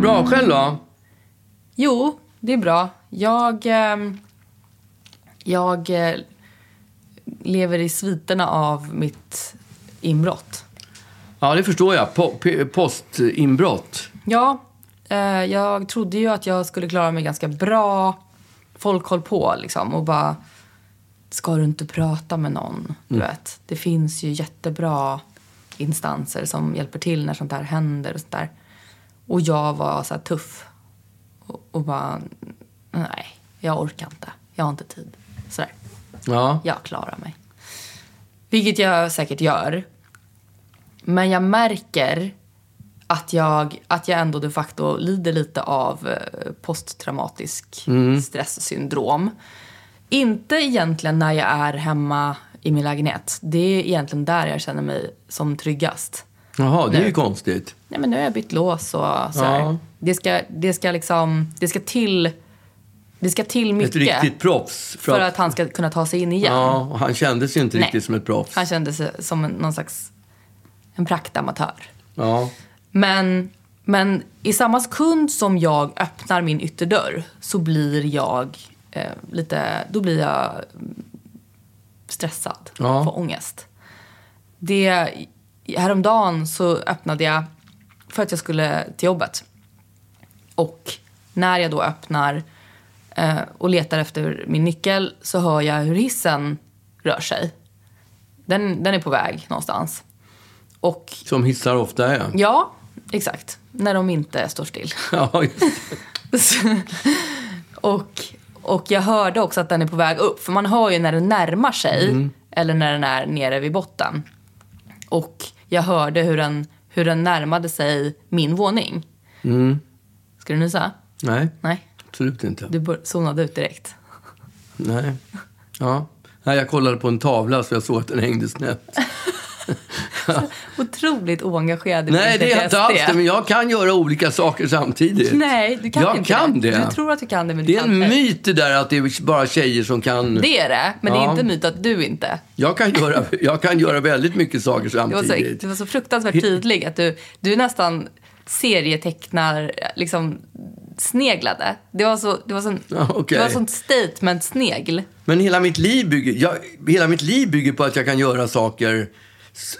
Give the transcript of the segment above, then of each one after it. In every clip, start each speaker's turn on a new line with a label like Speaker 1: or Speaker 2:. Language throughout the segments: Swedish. Speaker 1: bra. Själv då?
Speaker 2: Jo, det är bra. Jag, ehm, jag eh, lever i sviterna av mitt inbrott.
Speaker 1: Ja, det förstår jag. Po- p- postinbrott.
Speaker 2: Ja, eh, jag trodde ju att jag skulle klara mig ganska bra. Folk håll på liksom och bara, ska du inte prata med någon? Du vet, det finns ju jättebra instanser som hjälper till när sånt här händer och sånt där. Och jag var så här tuff och, och bara, nej, jag orkar inte. Jag har inte tid. Sådär
Speaker 1: Ja.
Speaker 2: jag klarar mig. Vilket jag säkert gör. Men jag märker att jag, att jag ändå de facto lider lite av eh, posttraumatisk
Speaker 1: Mm.
Speaker 2: stresssyndrom. Inte egentligen när jag är hemma i min lägenhet. Det är egentligen där jag känner mig som tryggast.
Speaker 1: Jaha, det är ju konstigt.
Speaker 2: Nej men nu har jag bytt lås och så här.
Speaker 1: Ja.
Speaker 2: Det, ska, det ska liksom, det ska till, det ska till
Speaker 1: Ett
Speaker 2: mycket
Speaker 1: riktigt proffs.
Speaker 2: för att han ska kunna ta sig in igen.
Speaker 1: Ja, och han kändes ju inte
Speaker 2: Nej.
Speaker 1: riktigt som ett proffs.
Speaker 2: Han kände sig som en, någon slags en praktamatör.
Speaker 1: Ja.
Speaker 2: Men, men i samma sekund som jag öppnar min ytterdörr så blir jag eh, lite... Då blir jag mm, stressad,
Speaker 1: Ja.
Speaker 2: får ångest. Det, häromdagen så öppnade jag för att jag skulle till jobbet. Och när jag då öppnar eh, och letar efter min nyckel så hör jag hur hissen rör sig. Den, den är på väg någonstans. Och
Speaker 1: Som hissar ofta är.
Speaker 2: Ja, exakt. När de inte står still.
Speaker 1: Ja, just det.
Speaker 2: Så- och, och jag hörde också att den är på väg upp. För man hör ju när den närmar sig
Speaker 1: Mm.
Speaker 2: eller när den är nere vid botten. Och jag hörde hur den, hur den närmade sig min våning.
Speaker 1: Mm.
Speaker 2: Ska du nysa?
Speaker 1: Nej,
Speaker 2: Nej,
Speaker 1: absolut inte.
Speaker 2: du bör- zonade ut direkt.
Speaker 1: Nej. Ja. Nej, jag kollade på en tavla så jag såg att den hängde snett.
Speaker 2: Otroligt oengagerad i
Speaker 1: Nej, det är jag inte alls det.
Speaker 2: PTSD.
Speaker 1: Men jag kan göra olika saker samtidigt.
Speaker 2: Nej, du kan
Speaker 1: jag
Speaker 2: inte
Speaker 1: kan det.
Speaker 2: Du tror att du kan det, men du
Speaker 1: Det är
Speaker 2: kan
Speaker 1: en
Speaker 2: inte.
Speaker 1: myt det där att det är bara tjejer som kan.
Speaker 2: Det är det, men det är
Speaker 1: Ja.
Speaker 2: inte en myt att du inte
Speaker 1: Jag, kan göra, jag kan göra väldigt mycket saker
Speaker 2: Det var, så,
Speaker 1: samtidigt.
Speaker 2: det var så fruktansvärt tydlig att du, du nästan serietecknar, liksom sneglade. Det var så, det var sån,
Speaker 1: Ja, okej.
Speaker 2: det var sånt statement-snegl.
Speaker 1: Men hela mitt, liv bygger, jag, hela mitt liv bygger på att jag kan göra saker. s-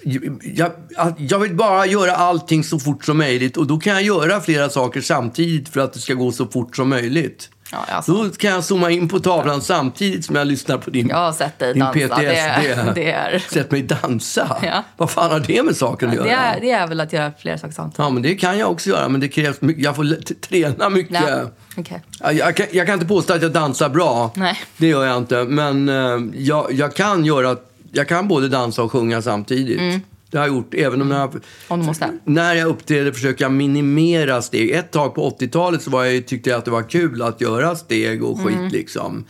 Speaker 1: Jag, att jag vill bara göra allting så fort som möjligt och då kan jag göra flera saker samtidigt för att det ska gå så fort som möjligt.
Speaker 2: Ja, alltså,
Speaker 1: Då kan jag zooma in på tavlan samtidigt som jag lyssnar på din,
Speaker 2: jag har sett dig
Speaker 1: din
Speaker 2: dansa.
Speaker 1: PTSD.
Speaker 2: Det, det, är,
Speaker 1: Sett mig dansa?
Speaker 2: Ja.
Speaker 1: Vad fan har det med saken att göra?
Speaker 2: det, är, det är väl att göra flera saker samtidigt.
Speaker 1: Ja, men det kan jag också göra, men det krävs mycket. Jag får l- t- träna mycket.
Speaker 2: Ja. okej.
Speaker 1: Ja, Jag kan, jag kan inte påstå att jag dansar bra.
Speaker 2: Nej.
Speaker 1: Det gör jag inte. Men eh, jag, jag kan göra... Jag kan både dansa och sjunga samtidigt. Det har jag gjort. Även om jag,
Speaker 2: Mm. Om du måste.
Speaker 1: när jag uppträder försöker jag minimera steg. Ett tag på 80-talet så var jag, tyckte jag att det var kul att göra steg och
Speaker 2: Mm.
Speaker 1: skit liksom.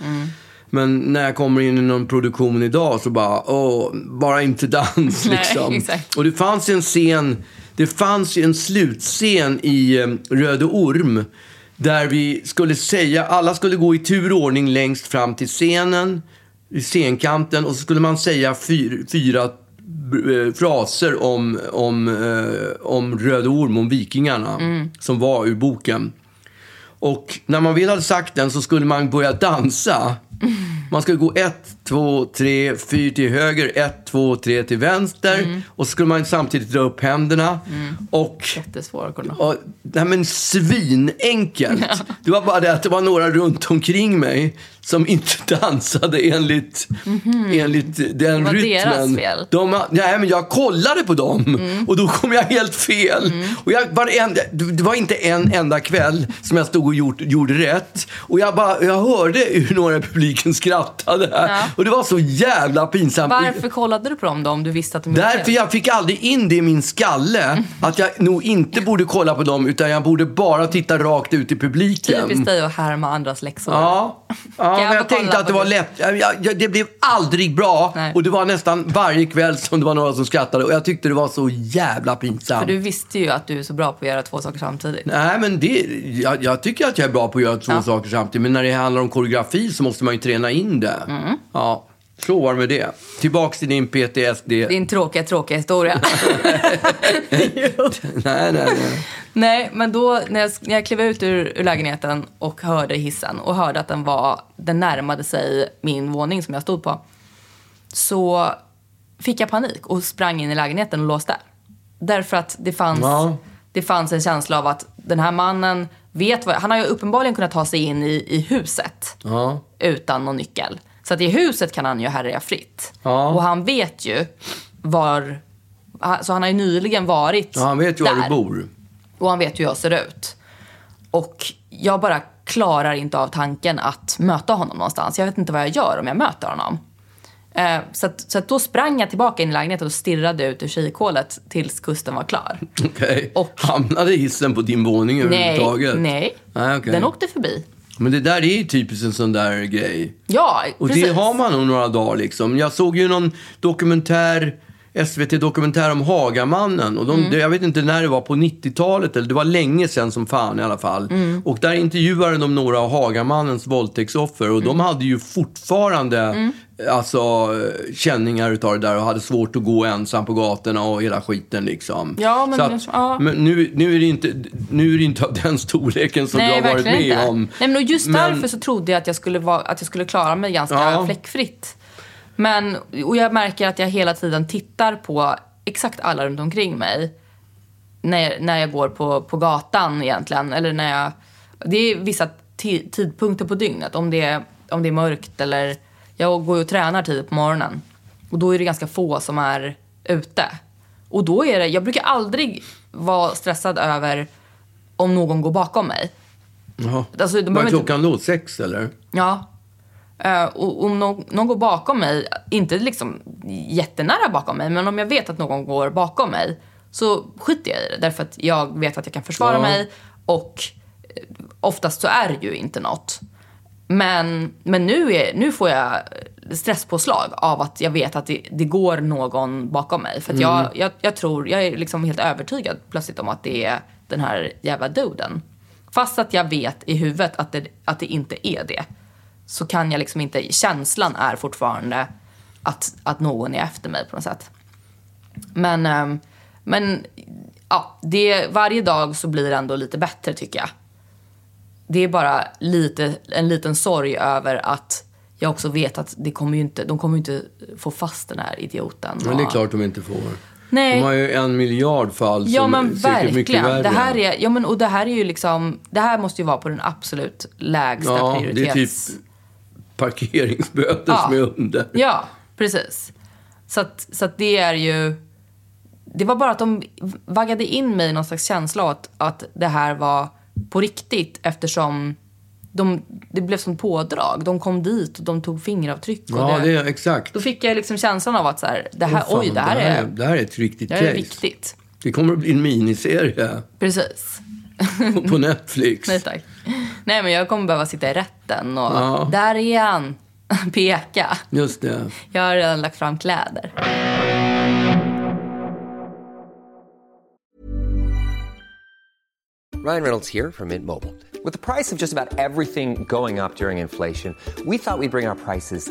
Speaker 1: Men när jag kommer in i någon produktion idag så bara, åh, bara inte dans
Speaker 2: Nej,
Speaker 1: liksom.
Speaker 2: exakt.
Speaker 1: Och det fanns ju en scen, det fanns ju en slutscen i eh, Röde Orm där vi skulle säga, alla skulle gå i tur och ordning längst fram till scenen, i scenkanten och så skulle man säga fyr, fyra eh, fraser om, om, eh, om Röde Orm, om vikingarna,
Speaker 2: Mm.
Speaker 1: som var ur boken. Och när man väl hade sagt den så skulle man börja dansa. Man skulle gå ett, två, tre, fyra till höger, ett, två, tre till vänster. Och så skulle man samtidigt dra upp händerna. Och,
Speaker 2: Jättesvår att kolla.
Speaker 1: och nej men svinenkelt. Det var bara det att det var några runt omkring mig som inte dansade enligt, enligt den
Speaker 2: Mhm. var
Speaker 1: rytmen.
Speaker 2: deras fel. Mm.
Speaker 1: De, nej, men jag kollade på dem och då kom jag helt fel. Och jag, varenda, det var inte en enda kväll som jag stod och gjort, gjorde rätt. Och jag, bara, jag hörde hur några i publiken skrattade.
Speaker 2: Ja.
Speaker 1: Och det var så jävla pinsamt.
Speaker 2: Varför kollade du på dem då om du visste att de
Speaker 1: Därför jag fick aldrig in det i min
Speaker 2: Mm.
Speaker 1: skalle att jag nog inte borde kolla på dem utan jag borde bara titta rakt ut i publiken.
Speaker 2: Typiskt dig att härma andras läxor.
Speaker 1: Ja, ja
Speaker 2: jag
Speaker 1: men
Speaker 2: få
Speaker 1: jag tänkte
Speaker 2: kolla
Speaker 1: att det
Speaker 2: på
Speaker 1: var
Speaker 2: det?
Speaker 1: lätt. Ja, ja, det blev aldrig bra
Speaker 2: Nej.
Speaker 1: och det var nästan varje kväll som det var några som skrattade och jag tyckte det var så jävla pinsamt.
Speaker 2: För du visste ju att du är så bra på att göra två saker samtidigt.
Speaker 1: Nej, men det, jag, jag tycker att jag är bra på att göra två
Speaker 2: Ja. Mm.
Speaker 1: saker samtidigt men när det handlar om koreografi så måste man ju träna in det. Ja. Slå var med det. Tillbaks till din PTSD.
Speaker 2: Din tråkiga, tråkiga historia. Jo.
Speaker 1: Nej, nej, nej.
Speaker 2: Nej, men då när jag, när jag klev ut ur, ur lägenheten och hörde hissen och hörde att den, var, den närmade sig min våning som jag stod på så fick jag panik och sprang in i lägenheten och låste. Därför att det fanns,
Speaker 1: Ja.
Speaker 2: det fanns en känsla av att den här mannen vet vad... Han har ju uppenbarligen kunnat ta sig in i, i huset
Speaker 1: Ja.
Speaker 2: utan någon nyckel. Så att i huset kan han ju härja fritt.
Speaker 1: Ja.
Speaker 2: Och han vet ju var... Så han har ju nyligen varit
Speaker 1: ja, han vet ju var
Speaker 2: där.
Speaker 1: du bor.
Speaker 2: Och han vet hur jag ser ut. Och jag bara klarar inte av tanken att möta honom någonstans. Jag vet inte vad jag gör om jag möter honom. Eh, så att, så att då sprang jag tillbaka in i lägenheten och stirrade ut ur kikhålet tills kusten var klar.
Speaker 1: Okej.
Speaker 2: Och-
Speaker 1: Hamnade hissen på din våning
Speaker 2: Nej,
Speaker 1: överhuvudtaget?
Speaker 2: nej.
Speaker 1: nej okej.
Speaker 2: Den åkte förbi.
Speaker 1: Men det där är ju typiskt en sån där grej.
Speaker 2: Ja,
Speaker 1: Och
Speaker 2: precis.
Speaker 1: det har man nog några dagar liksom. Jag såg ju någon dokumentär, SVT-dokumentär om Hagamannen. Och de, det-
Speaker 2: Mm.
Speaker 1: Jag vet inte när det var, på 90-talet eller det var länge sedan som fan i alla fall.
Speaker 2: Mm.
Speaker 1: Och där intervjuade de några av Hagamannens våldtäktsoffer och
Speaker 2: Mm.
Speaker 1: de hade ju fortfarande alltså, eh, känningar utav det där och hade svårt att gå ensam på gatorna och hela skiten liksom.
Speaker 2: Ja, men-
Speaker 1: Så att,
Speaker 2: ja.
Speaker 1: men nu, nu, är det inte, nu är det inte av den storleken som
Speaker 2: Nej,
Speaker 1: du har varit
Speaker 2: verkligen
Speaker 1: med
Speaker 2: inte.
Speaker 1: om.
Speaker 2: Nej, men och just
Speaker 1: Men-
Speaker 2: därför så trodde jag att jag skulle, vara, att jag skulle klara mig ganska
Speaker 1: Ja.
Speaker 2: fläckfritt. Men, och jag märker att jag hela tiden tittar på exakt alla runt omkring mig när, när jag går på, på gatan egentligen. Eller när jag, det är vissa ti- tidpunkter på dygnet, om det, är, om det är mörkt eller... Jag går ju och tränar tidigt på morgonen och då är det ganska få som är ute. Och då är det, jag brukar aldrig vara stressad över om någon går bakom mig.
Speaker 1: Jaha.
Speaker 2: Alltså, de
Speaker 1: Var
Speaker 2: behöver inte-
Speaker 1: klockan då? Sex eller?
Speaker 2: Ja. Eh, och om någon, någon går bakom mig, inte liksom jättenära bakom mig, men om jag vet att någon går bakom mig så skiter jag i det. Därför att jag vet att jag kan försvara
Speaker 1: Ja.
Speaker 2: mig och eh, oftast så är det ju inte något. Men, men nu, är, nu får jag stresspåslag av att jag vet att det, det går någon bakom mig. För att jag, jag, jag tror, jag är liksom helt övertygad plötsligt om att det är den här jävla duden. Fast att jag vet i huvudet att det, att det inte är det. Så kan jag liksom inte, känslan är fortfarande att, att någon är efter mig på något sätt. Men, ehm, men ja, det, varje dag så blir det ändå lite bättre tycker jag. Det är bara lite, en liten sorg över att jag också vet att det kommer ju inte, de kommer ju inte få fast den här idioten.
Speaker 1: Men det är
Speaker 2: Och-
Speaker 1: klart de inte får.
Speaker 2: Nej.
Speaker 1: De har ju en miljard fall
Speaker 2: Ja
Speaker 1: som
Speaker 2: men
Speaker 1: är säkert mycket värre.
Speaker 2: verkligen. Det här, är, ja, men, och det här är ju liksom, det här måste ju vara på den absolut lägsta
Speaker 1: ja, det är typ
Speaker 2: prioritets...
Speaker 1: parkeringsböter
Speaker 2: Ja.
Speaker 1: som är under.
Speaker 2: Ja, precis. Så att, så att det är ju... Det var bara att de vaggade in mig i någon slags känsla av att, att det här var på riktigt eftersom de, det blev som pådrag. De kom dit och de tog fingeravtryck. Och
Speaker 1: Ja, det är exakt.
Speaker 2: Då fick jag liksom känslan av att så här, det här,
Speaker 1: Åh, fan,
Speaker 2: oj, det här, är,
Speaker 1: det här är ett riktigt
Speaker 2: det här är
Speaker 1: case.
Speaker 2: viktigt.
Speaker 1: Det kommer att bli en miniserie
Speaker 2: Precis.
Speaker 1: på-
Speaker 2: Mm.
Speaker 1: på Netflix.
Speaker 2: Nej tack. Nej men jag kommer behöva sitta i rätten och
Speaker 1: Ja.
Speaker 2: där är han. Peka.
Speaker 1: Just det.
Speaker 2: Jag har redan lagt fram kläder.
Speaker 3: Ryan Reynolds here from Mint Mobile. With the price of just about everything going up during inflation, we thought we'd bring our prices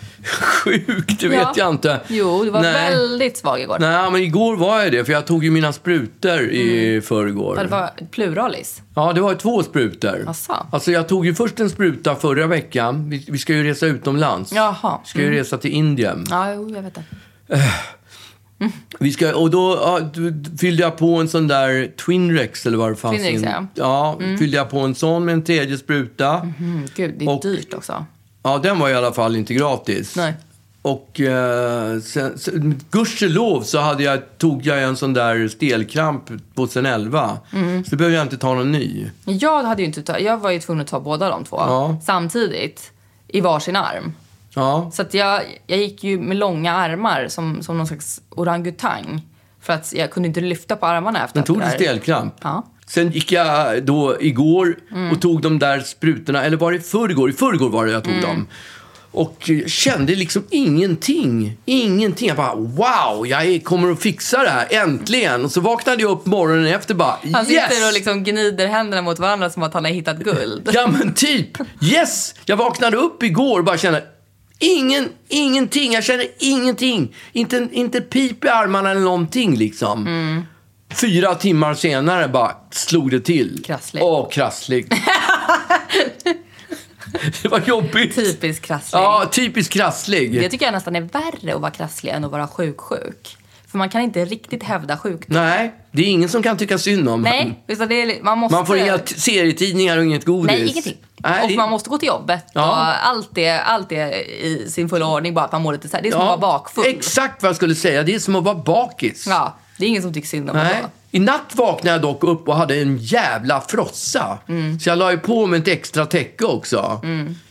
Speaker 1: Sjuk, det vet
Speaker 2: Ja.
Speaker 1: jag inte.
Speaker 2: Jo, du var
Speaker 1: Nej.
Speaker 2: väldigt svag igår.
Speaker 1: Nej, men igår var jag det, för jag tog ju mina sprutor
Speaker 2: Mm.
Speaker 1: i förrgår.
Speaker 2: Ja, Det var pluralis.
Speaker 1: Ja, det var två sprutor.
Speaker 2: Asså.
Speaker 1: Alltså jag tog ju först en spruta förra veckan. Vi, vi ska ju resa utomlands.
Speaker 2: Jaha. Mm.
Speaker 1: Vi ska ju resa till Indien.
Speaker 2: Ja, jo, jag vet det.
Speaker 1: Vi ska, och då ja, d- d- fyllde jag på en sån där Twinrex eller vad det fanns.
Speaker 2: Twinrex,
Speaker 1: in.
Speaker 2: ja.
Speaker 1: ja fyllde jag på en sån med en tredje spruta.
Speaker 2: Mm, gud, det är
Speaker 1: Och-
Speaker 2: dyrt också.
Speaker 1: Ja, den var i alla fall inte gratis.
Speaker 2: Nej.
Speaker 1: Och eh, sen, sen, gudskelov så hade jag, tog jag en sån där stelkramp 2011.
Speaker 2: Mm.
Speaker 1: Så då behöver jag inte ta någon ny.
Speaker 2: Jag, hade ju inte ta, jag var ju tvungen att ta båda de två
Speaker 1: Ja.
Speaker 2: samtidigt i varsin arm.
Speaker 1: Ja,
Speaker 2: Så att jag, jag gick ju med långa armar som, som någon slags orangutang. För att jag kunde inte lyfta på armarna efter
Speaker 1: men tog
Speaker 2: det
Speaker 1: du
Speaker 2: där.
Speaker 1: stelkramp?
Speaker 2: Ja.
Speaker 1: Sen gick jag då igår och tog de där sprutorna, eller var det i förrgår? I förrgår var det jag
Speaker 2: Mm.
Speaker 1: tog dem. Och eh, kände liksom ingenting. Ingenting. Jag bara wow, jag är- kommer att fixa det här. Äntligen! Och så vaknade jag upp morgonen efter bara yes!
Speaker 2: Han sitter och liksom gnider händerna mot varandra som att han har hittat guld.
Speaker 1: Ja men typ! Yes! Jag vaknade upp igår och bara kände ingen, ingenting. Jag känner ingenting. Inte, inte pip i armarna eller någonting liksom.
Speaker 2: Mm.
Speaker 1: Fyra timmar senare bara slog det till.
Speaker 2: Krassligt.
Speaker 1: Åh, krassligt. det var jobbigt.
Speaker 2: Typiskt krasslig.
Speaker 1: Ja, typiskt krasslig.
Speaker 2: Det tycker jag nästan är värre att vara krasslig än att vara sjuk-sjuk. För man kan inte riktigt hävda sjukdom.
Speaker 1: Nej, det är ingen som kan tycka synd om en.
Speaker 2: Nej, utan det är, man måste...
Speaker 1: Man får inga t- serietidningar och inget godis.
Speaker 2: Nej, ingenting.
Speaker 1: Nej,
Speaker 2: och
Speaker 1: det-
Speaker 2: man måste gå till jobbet.
Speaker 1: Ja.
Speaker 2: Och allt, är, allt är i sin fulla ordning, bara att man mår lite så här. Det är som
Speaker 1: Ja,
Speaker 2: att vara bakfull.
Speaker 1: Exakt vad jag skulle säga. Det är som att vara bakis.
Speaker 2: Ja, det är ingen som tycker synd om en
Speaker 1: Nej.
Speaker 2: då.
Speaker 1: I natt vaknade jag dock upp och hade en jävla frossa.
Speaker 2: Mm.
Speaker 1: Så jag la ju på mig ett extra täcke också.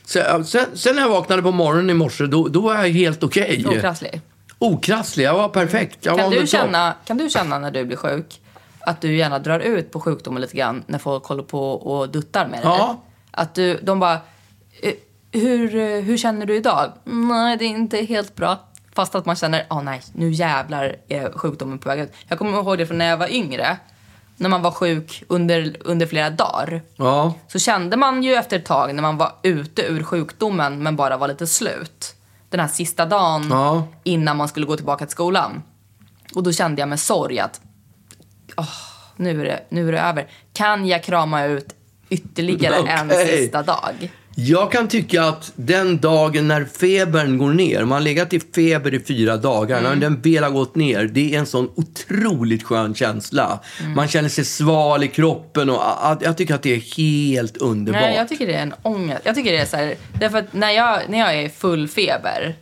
Speaker 1: Så, jag- sen, sen när jag vaknade på morgonen i morse, då, då var jag helt okej.
Speaker 2: Och krasslig.
Speaker 1: Okrasslig. Jag var perfekt. Jag
Speaker 2: Kan
Speaker 1: var on
Speaker 2: du,
Speaker 1: the top.
Speaker 2: känna, kan du känna när du blir sjuk att du gärna drar ut på sjukdomen lite grann när folk håller på och duttar med dig?
Speaker 1: Ja.
Speaker 2: Att du, de bara, "Eh, hur, eh, hur känner du idag? Nej, det är inte helt bra. Fast att man känner, ah nej, nu jävlar är sjukdomen på väg ut. Jag kommer ihåg det från när jag var yngre. När man var sjuk under, under flera dagar.
Speaker 1: Ja.
Speaker 2: Så kände man ju efter ett tag när man var ute ur sjukdomen men bara var lite slut. Den här sista dagen
Speaker 1: Ja.
Speaker 2: innan man skulle gå tillbaka till skolan. Och då kände jag med sorg att "Åh, nu, är det, nu är det över. Kan jag krama ut ytterligare en
Speaker 1: Okej.
Speaker 2: sista dag?
Speaker 1: Jag kan tycka att den dagen när febern går ner, man har legat i feber i fyra dagar,
Speaker 2: Mm.
Speaker 1: när den väl har gått ner, det är en sån otroligt skön känsla.
Speaker 2: Mm.
Speaker 1: Man känner sig sval i kroppen och a- a- jag tycker att det är helt underbart.
Speaker 2: Nej, jag tycker det är en ångest. Jag tycker det är så här, därför att när jag, när jag är i full feber,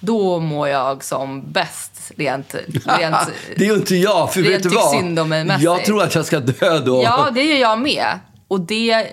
Speaker 2: då mår jag som bäst rent, rent
Speaker 1: det är ju inte jag, för
Speaker 2: Rent
Speaker 1: vet du vad?
Speaker 2: synd om mig mässigt.
Speaker 1: jag tror att jag ska dö då.
Speaker 2: Ja, det gör jag med. Och det,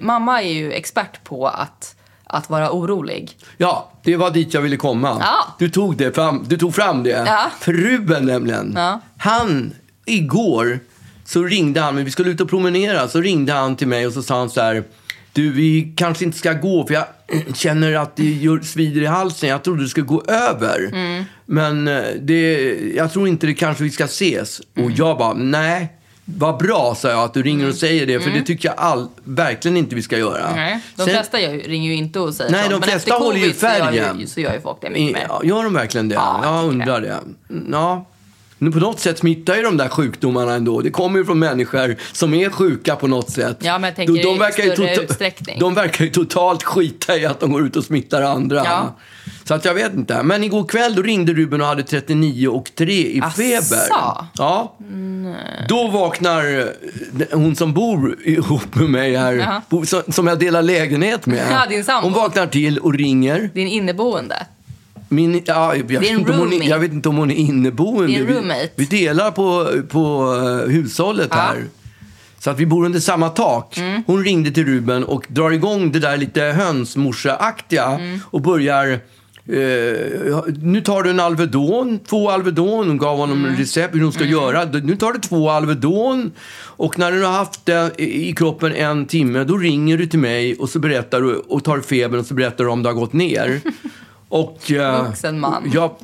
Speaker 2: mamma är ju expert på att, att vara orolig.
Speaker 1: Ja, det var dit jag ville komma.
Speaker 2: Ja.
Speaker 1: Du, tog det fram, du tog fram det.
Speaker 2: Ja.
Speaker 1: För Ruben nämligen.
Speaker 2: Ja.
Speaker 1: Han, igår, så ringde han mig. Vi skulle ut och promenera. Så ringde han till mig och så sa han så här. Du, vi kanske inte ska gå för jag känner att det gör, svider i halsen. Jag trodde du skulle gå över.
Speaker 2: Mm.
Speaker 1: Men eh, det, jag tror inte det kanske vi ska ses. Och
Speaker 2: Mm.
Speaker 1: jag bara, nej. Vad bra, sa jag, att du ringer och säger det. För det tycker jag all, verkligen inte vi ska göra.
Speaker 2: Mm. Nej. De
Speaker 1: Sen-
Speaker 2: flesta gör, ju- ringer ju inte och säger
Speaker 1: Nej,
Speaker 2: så.
Speaker 1: de
Speaker 2: Men
Speaker 1: flesta
Speaker 2: efter
Speaker 1: håller ju
Speaker 2: covid så gör
Speaker 1: färgen.
Speaker 2: ju- Så gör ju folk det mycket mer.
Speaker 1: Ja, gör de verkligen det?
Speaker 2: Ja, jag
Speaker 1: jag
Speaker 2: tycker
Speaker 1: undrar det. Mm, Ja. Nu på något sätt smittar ju de där sjukdomarna ändå. Det kommer ju från människor som är sjuka på något sätt.
Speaker 2: Ja, men jag tänker i större
Speaker 1: tota-
Speaker 2: utsträckning.
Speaker 1: De verkar ju totalt skita i att de går ut och smittar andra.
Speaker 2: Ja.
Speaker 1: Så att jag vet inte. Men igår kväll då ringde Ruben och hade 39 och 3 i
Speaker 2: Asså?
Speaker 1: feber. Ja. Då vaknar eh, hon som bor ihop med mig här,
Speaker 2: Jaha.
Speaker 1: bo- som- som jag delar lägenhet med.
Speaker 2: Ja, din sambo.
Speaker 1: hon vaknar till och ringer.
Speaker 2: Din inneboende.
Speaker 1: Min, ja, jag, vet
Speaker 2: en
Speaker 1: inte om hon, är-
Speaker 2: roomie.
Speaker 1: jag vet inte om hon är inneboende.
Speaker 2: Det är en
Speaker 1: Vi-
Speaker 2: roommate.
Speaker 1: Vi, delar på, på eh, hushållet
Speaker 2: Ja.
Speaker 1: här. Så att vi bor under samma tak.
Speaker 2: Mm.
Speaker 1: Hon ringde till Ruben och drar igång det där lite hönsmorseaktiga och börjar eh, nu tar du en Alvedon, två Alvedon. Hon gav honom
Speaker 2: Mm.
Speaker 1: recept hur hon ska göra. Nu tar du två Alvedon och när du har haft det i i kroppen en timme då ringer du till mig och så berättar du och tar febern och så berättar du om det har gått ner. Och, eh,
Speaker 2: Vuxen man.
Speaker 1: Ja,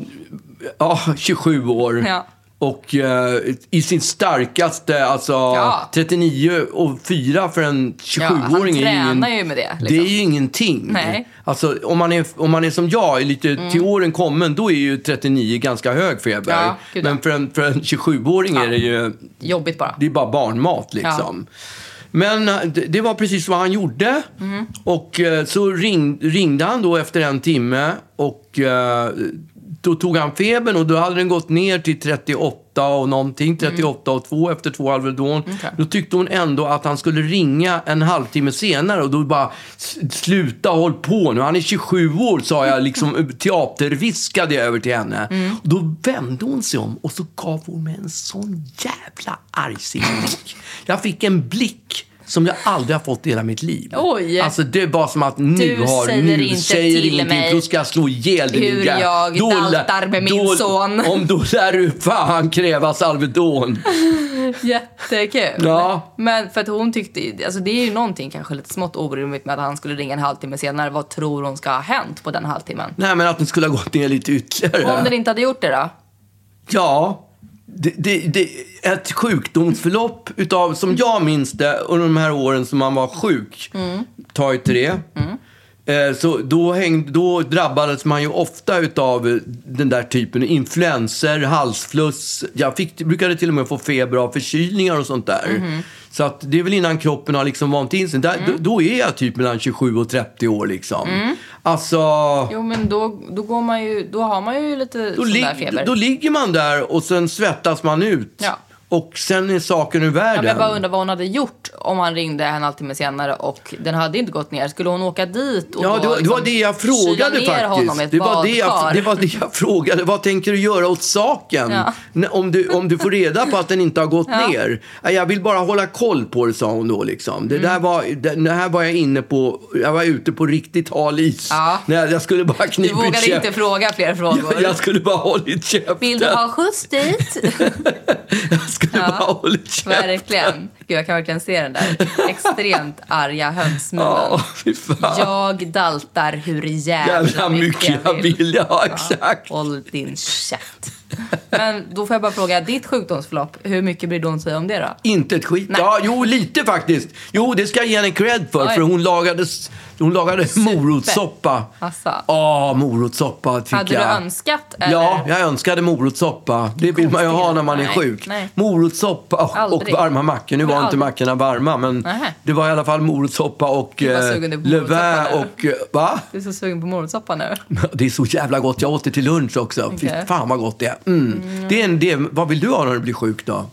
Speaker 1: ja 27 år.
Speaker 2: Ja.
Speaker 1: Och eh, i sin starkaste, alltså
Speaker 2: Ja.
Speaker 1: 39 och 4 för en
Speaker 2: Ja, han
Speaker 1: 27-åring är ju ingen...
Speaker 2: tränar ju med det, liksom.
Speaker 1: Det är ju ingenting.
Speaker 2: Nej. Mm.
Speaker 1: Alltså, om, man är, om man är som jag, är lite till åren kommen, då är ju 39 ganska hög feber.
Speaker 2: Ja, gud ja.
Speaker 1: Men för en, för en 27-åring är det ju
Speaker 2: Jobbigt bara.
Speaker 1: det är bara barnmat liksom. Men eh, det det var precis vad han gjorde. Och eh, så ring, ringde han då efter en timme och eh, då tog han febern och då hade den gått ner till 38 och någonting, 38 och 2 efter två Alvedon. Då tyckte hon ändå att han skulle ringa en halvtimme senare och då bara "S- sluta håll på nu, han är 27 år sa jag liksom teaterviskade jag över till henne.
Speaker 2: Mm.
Speaker 1: Och då vände hon sig om och så gav hon mig en sån jävla argsint blick. Jag fick en blick som jag aldrig har fått i hela mitt liv.
Speaker 2: Oj.
Speaker 1: Alltså det var som att nu
Speaker 2: Du
Speaker 1: har,
Speaker 2: säger
Speaker 1: nu
Speaker 2: inte
Speaker 1: säger
Speaker 2: till
Speaker 1: ingenting,
Speaker 2: mig.
Speaker 1: då ska jag slå ihjäl dig
Speaker 2: Hur
Speaker 1: din jävla-
Speaker 2: jag
Speaker 1: Då lä-
Speaker 2: daltar med min
Speaker 1: då-
Speaker 2: son.
Speaker 1: Om då lär du fan krävas Alvedon.
Speaker 2: Jättekul.
Speaker 1: Ja.
Speaker 2: Men för att hon tyckte, ju- alltså det är ju någonting kanske lite smått orimligt med att han skulle ringa en halvtimme senare. Vad tror hon ska ha hänt på den halvtimmen?
Speaker 1: Nej men att den skulle ha gått ner lite
Speaker 2: Och om
Speaker 1: ytterligare.
Speaker 2: den inte hade gjort det då?
Speaker 1: Ja. Det, det, det, ett sjukdomsförlopp utav, som jag minns det, under de här åren som man var sjuk, ta i tre. Eh, Så då, hängde, då drabbades man ju ofta utav den där typen av influenser, halsfluss. Jag fick, brukade till och med få feber av förkylningar och sånt där. Så att det är väl innan kroppen har liksom vant in sig. Där, då, då är jag typ mellan 27 och 30 år liksom. Alltså...
Speaker 2: Jo men då, då går man ju, då har man ju lite
Speaker 1: Då,
Speaker 2: sån
Speaker 1: lig-
Speaker 2: där feber.
Speaker 1: då ligger man där och sen svettas man ut.
Speaker 2: Ja.
Speaker 1: Och sen är saken ur världen.
Speaker 2: Ja, men jag bara undrar vad hon hade gjort om han ringde en halvtimme senare och den hade inte gått ner. Skulle hon åka dit och
Speaker 1: Ja,
Speaker 2: då
Speaker 1: det, var, det var
Speaker 2: liksom
Speaker 1: det jag
Speaker 2: kyla
Speaker 1: frågade
Speaker 2: ner honom i
Speaker 1: faktiskt.
Speaker 2: ett
Speaker 1: Det var det, jag,
Speaker 2: badkar?
Speaker 1: det var det jag frågade. Vad tänker du göra åt saken?
Speaker 2: Ja.
Speaker 1: N- Om, du, om du får reda på att den inte har gått ner. "Nej, Jag vill bara hålla koll på det, sa hon då. Liksom. Det,
Speaker 2: Mm.
Speaker 1: där var, det, det här var jag inne på. Jag var ute på riktigt hal is.
Speaker 2: Ja.
Speaker 1: Nej, jag skulle bara
Speaker 2: Du
Speaker 1: knipa
Speaker 2: vågade inte fråga fler frågor.
Speaker 1: jag, jag skulle bara hållit käften.
Speaker 2: Vill du ha skjuts dit?
Speaker 1: Jag skulle bara hållit käften.
Speaker 2: verkligen. Gud, jag kan verkligen se den där extremt arga hönsmunnen.
Speaker 1: Ja, fy fan.
Speaker 2: Jag daltar hur jävla,
Speaker 1: jävla mycket jag vill. Ja, exakt.
Speaker 2: Håll din käft. Men då får jag bara fråga, ditt sjukdomsförlopp, hur mycket brydde hon sig om det då?
Speaker 1: Inte ett skit. Ja, jo, lite faktiskt. Jo, det ska jag ge henne cred för.
Speaker 2: Oj.
Speaker 1: För hon lagade, s- hon lagade morotssoppa.
Speaker 2: Asså.
Speaker 1: Ja, morotssoppa fick
Speaker 2: Alltså. Hade
Speaker 1: jag.
Speaker 2: du önskat? Eller?
Speaker 1: Ja, jag önskade morotssoppa. Det vill man ju ha när man är
Speaker 2: Nej,
Speaker 1: sjuk.
Speaker 2: nej.
Speaker 1: Morotssoppa och, och
Speaker 2: Aldrig.
Speaker 1: varma mackor. Nu var inte
Speaker 2: aldrig.
Speaker 1: mackorna varma, men
Speaker 2: Nähä.
Speaker 1: det var i alla fall morotssoppa och
Speaker 2: Gud, vad
Speaker 1: eh,
Speaker 2: sugen du är på
Speaker 1: levain
Speaker 2: morotssoppa
Speaker 1: och... eh, Va?
Speaker 2: Du är så sugen på morotssoppa nu.
Speaker 1: Det är så jävla gott. Jag åt det till lunch också. Fy
Speaker 2: Okej.
Speaker 1: fan vad gott det är. Mm. Det är en, det, vad vill du ha när du blir sjuk då?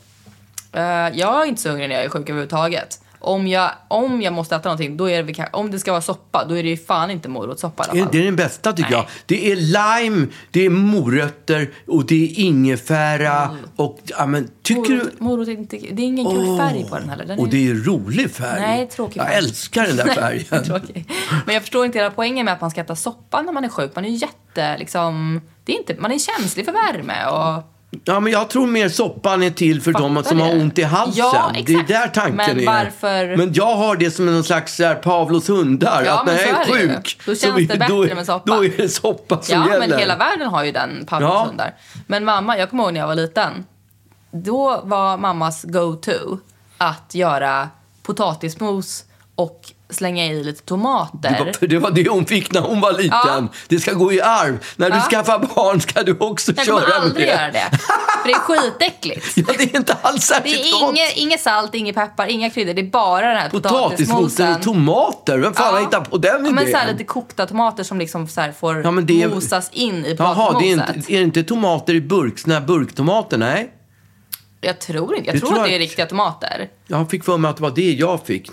Speaker 2: Eh, jag är inte så hungrig när jag är sjuk överhuvudtaget. Om jag, om jag måste äta någonting, då är det, väl ka- om det ska vara soppa, då är det ju fan inte morotssoppa i alla
Speaker 1: Det är,
Speaker 2: fall.
Speaker 1: det är den bästa tycker jag. Det är lime, det är morötter och det är ingefära.
Speaker 2: Mm.
Speaker 1: Och, ja, men, tycker du...
Speaker 2: Morot, morot är inte, det är ingen kul färg på den heller. Den
Speaker 1: Och
Speaker 2: är-
Speaker 1: det är rolig färg.
Speaker 2: Nej, tråkig
Speaker 1: Jag
Speaker 2: färg.
Speaker 1: älskar den där färgen.
Speaker 2: Tråkig. Men jag förstår inte hela poängen med att man ska äta soppa när man är sjuk. Man är ju jätte, liksom, det är inte, man är känslig för värme och...
Speaker 1: ja, men jag tror mer soppan är till för
Speaker 2: Fattar
Speaker 1: de som har
Speaker 2: det.
Speaker 1: ont i halsen.
Speaker 2: Ja,
Speaker 1: Det är
Speaker 2: exakt.
Speaker 1: där tanken
Speaker 2: Men
Speaker 1: är.
Speaker 2: varför-
Speaker 1: Men jag har det som någon slags så här, Pavlos hundar.
Speaker 2: Ja,
Speaker 1: att när
Speaker 2: men
Speaker 1: jag är
Speaker 2: så är det ju.
Speaker 1: sjuk
Speaker 2: Då
Speaker 1: så
Speaker 2: känns
Speaker 1: är-
Speaker 2: det bättre
Speaker 1: då är-
Speaker 2: med soppa.
Speaker 1: Då är det soppa som
Speaker 2: Ja,
Speaker 1: gäller.
Speaker 2: men hela världen har ju den pannbandshundar. Men mamma, jag kommer ihåg när jag var liten. Då var mammas go-to att göra potatismos och slänga i lite
Speaker 1: Det
Speaker 2: tomater.
Speaker 1: var, det var det hon fick när hon var liten.
Speaker 2: Ja.
Speaker 1: Det ska gå i arv. När du
Speaker 2: Ja.
Speaker 1: skaffar barn ska du också
Speaker 2: Jag
Speaker 1: köra
Speaker 2: kommer
Speaker 1: med
Speaker 2: aldrig
Speaker 1: det.
Speaker 2: göra det. För det är skitäckligt.
Speaker 1: Ja, det är inte alls
Speaker 2: Det
Speaker 1: särskilt
Speaker 2: är
Speaker 1: gott.
Speaker 2: inget, inget salt, inget peppar, inga kryddor. Det är bara den här
Speaker 1: Potatismosen
Speaker 2: potatismosen.
Speaker 1: och tomater. Vem fan har hittat på den
Speaker 2: ja,
Speaker 1: idén?
Speaker 2: men så här lite kokta tomater som liksom så här får
Speaker 1: Ja, men det är-
Speaker 2: mosas in i
Speaker 1: Jaha, det är,
Speaker 2: potatismoset.
Speaker 1: inte, är det inte tomater i burk? Såna här burktomater? Nej.
Speaker 2: Jag tror inte. Jag
Speaker 1: Det
Speaker 2: tror,
Speaker 1: tror
Speaker 2: att det är
Speaker 1: jag-
Speaker 2: riktiga tomater.
Speaker 1: Jag fick för mig att det var det jag fick.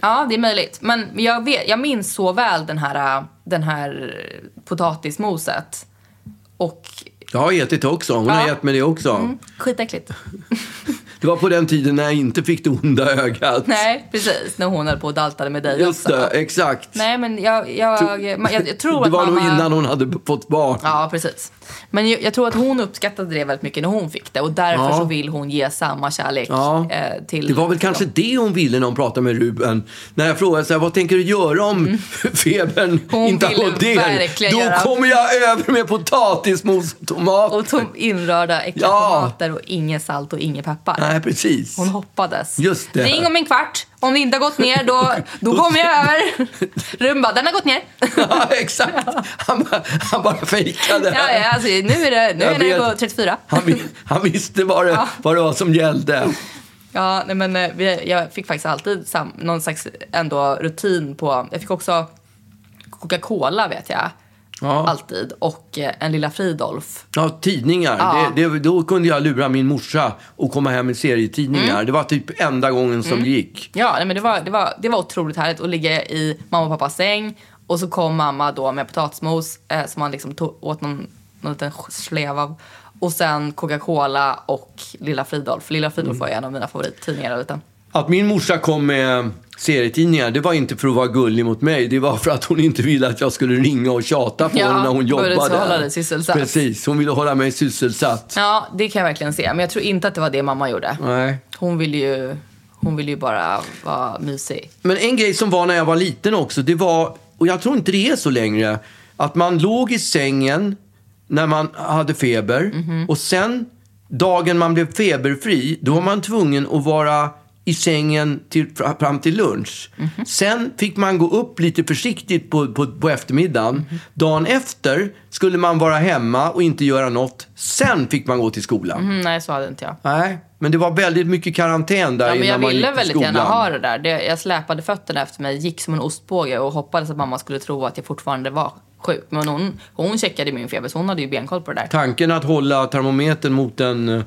Speaker 2: Ja, det är möjligt. Men jag, vet, jag minns så väl den här, äh, den här äh, potatismoset. Och
Speaker 1: Jag har ätit det också. Hon har
Speaker 2: Ja. Mm.
Speaker 1: gett mig det också.
Speaker 2: skitäckligt.
Speaker 1: Det var på den tiden när jag inte fick det onda ögat.
Speaker 2: Nej, precis. När hon höll på och daltade med dig
Speaker 1: Just
Speaker 2: också.
Speaker 1: det, exakt.
Speaker 2: Nej, men jag, jag, jag, jag, tror
Speaker 1: det
Speaker 2: att
Speaker 1: var
Speaker 2: mamma...
Speaker 1: nog innan hon hade fått barn.
Speaker 2: Ja, precis. Men jag, jag tror att hon uppskattade det väldigt mycket när hon fick det. Och därför
Speaker 1: Ja.
Speaker 2: så vill hon ge samma kärlek
Speaker 1: Ja.
Speaker 2: eh, till...
Speaker 1: Det var väl kanske det hon ville när hon pratade med Ruben. När jag frågade så här, vad tänker du göra om febern
Speaker 2: Mm. Hon
Speaker 1: inte har
Speaker 2: ville
Speaker 1: gått ner?
Speaker 2: verkligen
Speaker 1: Då
Speaker 2: göra-
Speaker 1: kommer jag över med potatismos och tomater.
Speaker 2: Och tom, inrörda äckliga
Speaker 1: Ja.
Speaker 2: tomater och inget salt och inget peppar.
Speaker 1: Nej, precis.
Speaker 2: Hon hoppades.
Speaker 1: Just det.
Speaker 2: Ring om en kvart. Om det inte har gått ner, då, då kommer jag över. Rumba, den har gått ner.
Speaker 1: Ja, exakt. Han, bara- han bara fejkade.
Speaker 2: Ja, ja, alltså, nu är det, nu
Speaker 1: Jag
Speaker 2: är det
Speaker 1: vet.
Speaker 2: på 34.
Speaker 1: Han, vi- han visste vad det, vad det var som gällde.
Speaker 2: Ja, nej, men eh, vi, jag fick faktiskt alltid sam, någon slags ändå rutin på... Jag fick också Coca-Cola, vet jag.
Speaker 1: Ja.
Speaker 2: alltid. Och eh, en lilla Fridolf.
Speaker 1: Ja, tidningar.
Speaker 2: Ja.
Speaker 1: Det, det, då kunde jag lura min morsa och komma hem med serietidningar.
Speaker 2: Mm.
Speaker 1: Det var typ enda gången som det gick.
Speaker 2: Ja, nej, men det var, det, var, det var otroligt härligt att ligga i mamma och pappas säng och så kom mamma då med potatismos eh, som man liksom tog, åt någon, någon liten slev av. Och sen Coca-Cola och Lilla Fridolf. Lilla Fridolf var ju en av mina favorittidningar när jag var liten.
Speaker 1: Att min morsa kom med serietidningar, det var inte för att vara gullig mot mig. Det var för att hon inte ville att jag skulle ringa och tjata på
Speaker 2: Ja,
Speaker 1: henne när hon
Speaker 2: för att
Speaker 1: jobbade.
Speaker 2: hålla dig sysselsatt.
Speaker 1: Precis, hon ville hålla mig sysselsatt.
Speaker 2: Ja, det kan jag verkligen se. Men jag tror inte att det var det mamma gjorde.
Speaker 1: Nej.
Speaker 2: Hon ville ju, hon ville ju bara vara mysig.
Speaker 1: Men en grej som var när jag var liten också, det var, och jag tror inte det är så längre, att man låg i sängen när man hade feber
Speaker 2: Mhm.
Speaker 1: och sen dagen man blev feberfri, då var man tvungen att vara i sängen till, fra- fram till lunch.
Speaker 2: Mhm.
Speaker 1: Sen fick man gå upp lite försiktigt på, på, på eftermiddagen.
Speaker 2: Mhm.
Speaker 1: Dagen efter skulle man vara hemma och inte göra något. Sen fick man gå till skolan.
Speaker 2: Mm, nej, så hade inte jag.
Speaker 1: Nej, men det var väldigt mycket karantän där
Speaker 2: Ja, men
Speaker 1: innan
Speaker 2: jag
Speaker 1: man gick
Speaker 2: ville
Speaker 1: till
Speaker 2: väldigt
Speaker 1: skolan.
Speaker 2: gärna ha det där. Det, jag släpade fötterna efter mig, gick som en ostbåge och hoppades att mamma skulle tro att jag fortfarande var sjuk. Men hon, hon checkade min feber, så hon hade ju benkoll på det där.
Speaker 1: Tanken att hålla termometern mot en,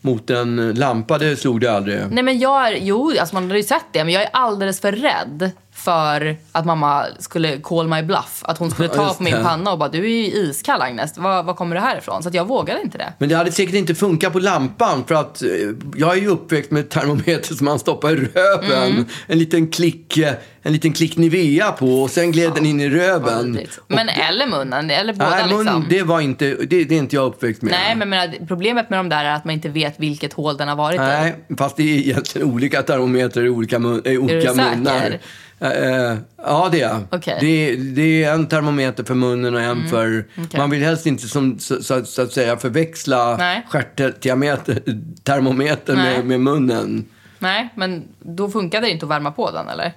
Speaker 1: mot en lampa, det slog det aldrig.
Speaker 2: Nej men jag är, jo alltså man hade ju sett det, men jag är alldeles för rädd för att mamma skulle call my bluff. Att hon skulle
Speaker 1: Ja,
Speaker 2: ta
Speaker 1: just
Speaker 2: på min
Speaker 1: det.
Speaker 2: panna och bara du är ju iskall Agnes, var, var kommer det här ifrån? Så att jag vågade inte det.
Speaker 1: Men det hade säkert inte funkat på lampan för att eh, jag är ju uppväxt med termometer som man stoppar i röven.
Speaker 2: Mm.
Speaker 1: En liten klick, eh, en liten klick Nivea på och sen gled den in i
Speaker 2: Vad
Speaker 1: röven.
Speaker 2: vidrigt. Men eller munnen, eller båda
Speaker 1: Nej, mun,
Speaker 2: liksom.
Speaker 1: det var inte, det, det är inte jag uppväxt med.
Speaker 2: Nej men jag menar, problemet med de där är att man inte vet vilket hål den har varit i.
Speaker 1: Nej, fast det är egentligen olika termometrar i olika, mun, äh, olika
Speaker 2: säker?
Speaker 1: munnar. Eh, eh, ja, det är jag.
Speaker 2: Okej.
Speaker 1: det,
Speaker 2: Mm,
Speaker 1: det är en termometer för munnen och en för... Man vill helst inte som, så, så, så att säga förväxla
Speaker 2: Nej.
Speaker 1: stjärttermometer
Speaker 2: Nej.
Speaker 1: med, med munnen.
Speaker 2: Nej, men då funkade det inte att värma på den eller?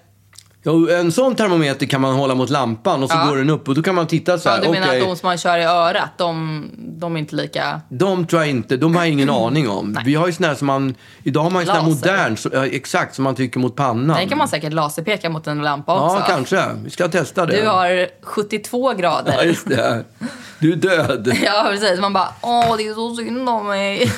Speaker 1: Jo, en sån termometer kan man hålla mot lampan och så
Speaker 2: Ja.
Speaker 1: går den upp och då kan man titta så
Speaker 2: Ja,
Speaker 1: här.
Speaker 2: du menar
Speaker 1: okej,
Speaker 2: att de som man kör i örat, de, de är inte lika...
Speaker 1: De tror jag inte, de har jag ingen aning om. Vi har ju sån här som man, idag har man ju sån här
Speaker 2: Laser.
Speaker 1: modern, så, ja, exakt, som man trycker mot pannan.
Speaker 2: Den kan man säkert laserpeka mot en lampa också.
Speaker 1: Ja, kanske. Vi ska testa det.
Speaker 2: Du har 72
Speaker 1: Ja,
Speaker 2: grader.
Speaker 1: just det. Du är död.
Speaker 2: Ja, precis. Man bara, åh, det är så synd om mig.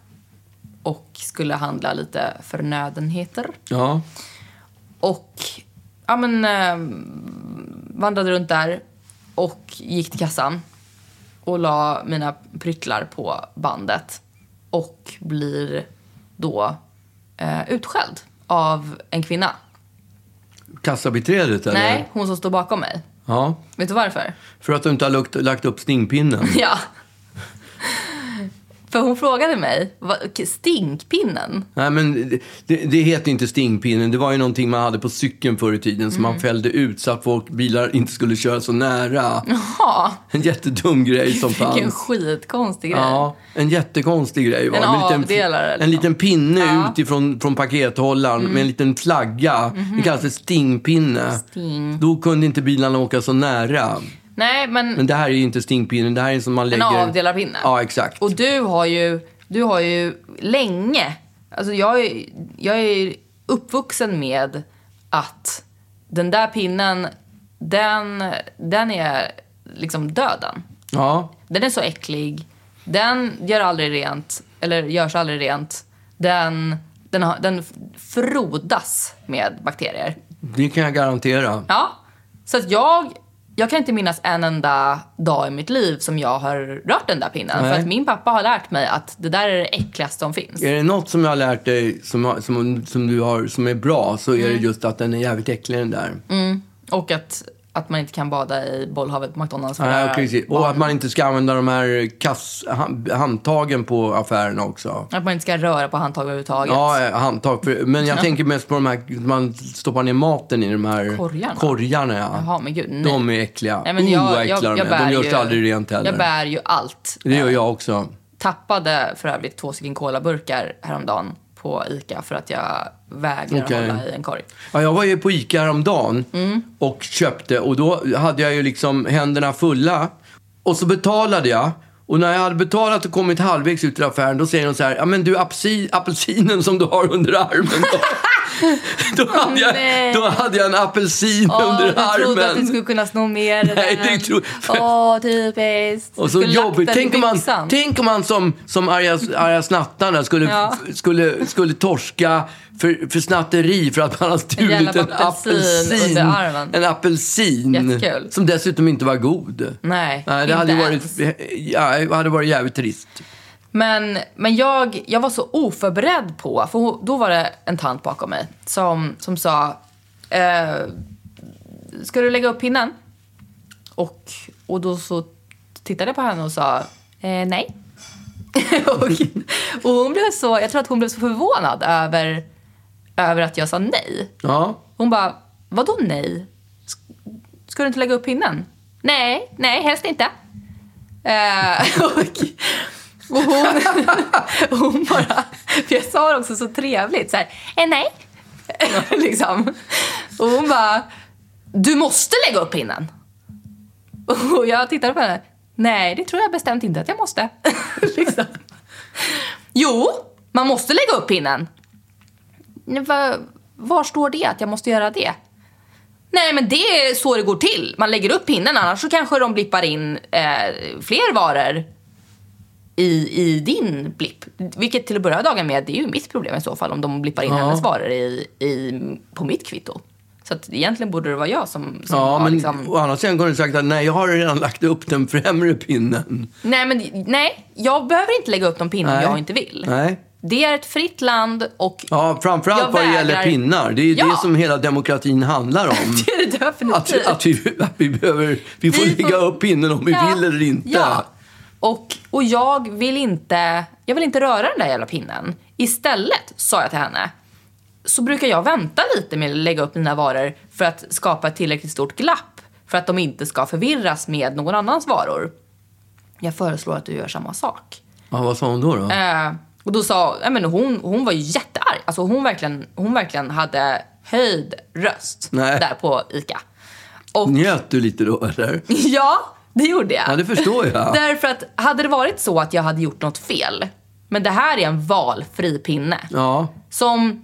Speaker 2: och skulle handla lite förnödenheter.
Speaker 1: Ja.
Speaker 2: Och ja, men, eh, vandrade runt där och gick till kassan och la mina pryttlar på bandet och blir då eh, utskälld av en kvinna.
Speaker 1: Kassabiträdet, eller?
Speaker 2: Nej, hon som står bakom mig.
Speaker 1: Ja.
Speaker 2: Vet du varför?
Speaker 1: För att du inte har lukt, lagt upp stingpinnen.
Speaker 2: Ja. För hon frågade mig, vad- stinkpinnen?
Speaker 1: Nej, men det, det heter inte stingpinnen. Det var ju någonting man hade på cykeln förr i tiden som man
Speaker 2: Mm.
Speaker 1: fällde ut så att folk, bilar inte skulle köra så nära.
Speaker 2: Ja,
Speaker 1: En jättedum grej som
Speaker 2: vilken
Speaker 1: fanns.
Speaker 2: skitkonstig grej.
Speaker 1: Ja, en jättekonstig grej. Va?
Speaker 2: En
Speaker 1: Med En
Speaker 2: avdelare, liksom. Mm.
Speaker 1: liten pinne utifrån från pakethållaren med en liten flagga. Det kallas för stingpinne.
Speaker 2: Mhm. Sting.
Speaker 1: Då kunde inte bilarna åka så nära.
Speaker 2: Nej, men
Speaker 1: Men det här är ju inte stingpinnen, det här är som man
Speaker 2: En
Speaker 1: lägger...
Speaker 2: avdelarpinne.
Speaker 1: Ja, exakt.
Speaker 2: Och du har ju, du har ju länge Alltså jag är, jag är uppvuxen med att den där pinnen, den, den är liksom döden.
Speaker 1: Ja.
Speaker 2: Den är så äcklig. Den gör aldrig rent, eller görs aldrig rent. Den, den, har, den frodas med bakterier.
Speaker 1: Det kan jag garantera.
Speaker 2: Ja. Så att jag, jag kan inte minnas en enda dag i mitt liv som jag har rört den där pinnen.
Speaker 1: Nej.
Speaker 2: För att min pappa har lärt mig att det där är det äckligaste som finns.
Speaker 1: Är det något som jag har lärt dig som, har- som, som, du har, som är bra så är det
Speaker 2: Mm.
Speaker 1: just att den är jävligt äcklig den där.
Speaker 2: Och att, att man inte kan bada i bollhavet på McDonalds. för
Speaker 1: Ja,
Speaker 2: det är
Speaker 1: precis.
Speaker 2: barn.
Speaker 1: Och att man inte ska använda de här kass, hand, handtagen på affärerna också.
Speaker 2: Att man inte ska röra på handtag överhuvudtaget.
Speaker 1: Ja, eh, handtag. För, men jag tänker mest på de här, man stoppar ner maten i de här
Speaker 2: Korgarna?
Speaker 1: korgarna ja.
Speaker 2: Jaha, men gud, nej.
Speaker 1: De är äckliga.
Speaker 2: Nej, men
Speaker 1: oh,
Speaker 2: jag,
Speaker 1: vad
Speaker 2: jag,
Speaker 1: äckliga
Speaker 2: jag,
Speaker 1: de är.
Speaker 2: bär
Speaker 1: De görs
Speaker 2: ju,
Speaker 1: aldrig rent heller.
Speaker 2: Jag bär ju allt.
Speaker 1: Det gör jag också.
Speaker 2: Tappade för övrigt två stycken colaburkar häromdagen på ICA för att jag vägrar
Speaker 1: Okej.
Speaker 2: hålla i en korg.
Speaker 1: Ja, jag var ju på Ica häromdagen
Speaker 2: Mm.
Speaker 1: och köpte och då hade jag ju liksom händerna fulla. Och så betalade jag. Och när jag hade betalat och kommit halvvägs ut till affären då säger de så här, ja men du apsi, apelsinen som du har under armen då. då, hade jag,
Speaker 2: Nej.
Speaker 1: då hade jag en apelsin
Speaker 2: Åh,
Speaker 1: under
Speaker 2: du trodde att du
Speaker 1: armen.
Speaker 2: skulle kunna sno med dig
Speaker 1: Nej, det tror-
Speaker 2: Åh, typiskt. Du
Speaker 1: Och så
Speaker 2: skulle lagt
Speaker 1: jobbigt.
Speaker 2: den i
Speaker 1: Tänk om, man,
Speaker 2: byxan.
Speaker 1: tänk om man som, som arga, arga snattarna skulle,
Speaker 2: Ja.
Speaker 1: skulle, skulle torska för, för snatteri för att man har stulit
Speaker 2: jävla
Speaker 1: en
Speaker 2: apelsin
Speaker 1: apelsin.
Speaker 2: under armen.
Speaker 1: En apelsin.
Speaker 2: Jättekul.
Speaker 1: Som dessutom inte var god.
Speaker 2: Nej,
Speaker 1: Nej det
Speaker 2: inte
Speaker 1: hade varit,
Speaker 2: ens.
Speaker 1: ja, det hade varit jävligt trist.
Speaker 2: Men, men jag, jag var så oförberedd på, för hon- då var det en tant bakom mig som, som sa eh, Ska du lägga upp pinnen? Och, och då så tittade jag på henne och sa eh, nej. och, och hon blev så, jag tror att hon blev så förvånad över, över att jag sa nej.
Speaker 1: Ja.
Speaker 2: Hon bara, vadå nej? Sk- Ska du inte lägga upp pinnen? Nej, nej, helst inte. Eh, och, och hon, och hon bara, för jag sa det också så trevligt, så här, eh, nej. liksom. Och hon bara, du måste lägga upp pinnen. Och jag tittade på henne, nej det tror jag bestämt inte att jag måste. liksom. Jo, man måste lägga upp pinnen. Nej, va- Var står det att jag måste göra det? Nej, men det är så det går till. Man lägger upp pinnen, annars så kanske de blippar in eh, fler varor i, i din blipp. Vilket till att börja dagen med, det är ju mitt problem i så fall om de blippar in hennes varor i, i, på mitt kvitto. Så att egentligen borde det vara jag som, som
Speaker 1: Ja,
Speaker 2: har
Speaker 1: men
Speaker 2: liksom...
Speaker 1: å andra sidan kunde du sagt att nej, jag har redan lagt upp den främre pinnen.
Speaker 2: Nej, men nej, jag behöver inte lägga upp de pinnar
Speaker 1: Nej.
Speaker 2: jag inte vill.
Speaker 1: Nej.
Speaker 2: Det är ett fritt land och
Speaker 1: Ja, framförallt
Speaker 2: Jag
Speaker 1: vad det gäller
Speaker 2: vägrar.
Speaker 1: pinnar. Det är ju det
Speaker 2: Ja.
Speaker 1: som hela demokratin handlar om.
Speaker 2: det är det definitivt.
Speaker 1: Mm. Att, att, vi, att vi behöver, vi får
Speaker 2: Typ. Vi får-
Speaker 1: lägga upp pinnen om vi vill eller inte.
Speaker 2: Ja. Och, och jag vill inte jag vill inte röra den där jävla pinnen. Istället, sa jag till henne, så brukar jag vänta lite med att lägga upp mina varor för att skapa ett tillräckligt stort glapp för att de inte ska förvirras med någon annans varor. Jag föreslår att du gör samma sak.
Speaker 1: Ja, vad sa hon då? då?
Speaker 2: Eh, och då sa jag men hon, hon var ju jättearg. Alltså hon verkligen, hon verkligen hade höjd röst
Speaker 1: Nej.
Speaker 2: där på ICA. Och
Speaker 1: Njöt du lite då, eller?
Speaker 2: ja, det gjorde jag.
Speaker 1: Ja, det förstår jag.
Speaker 2: Därför att hade det varit så att jag hade gjort något fel, men det här är en valfri pinne.
Speaker 1: Ja.
Speaker 2: Som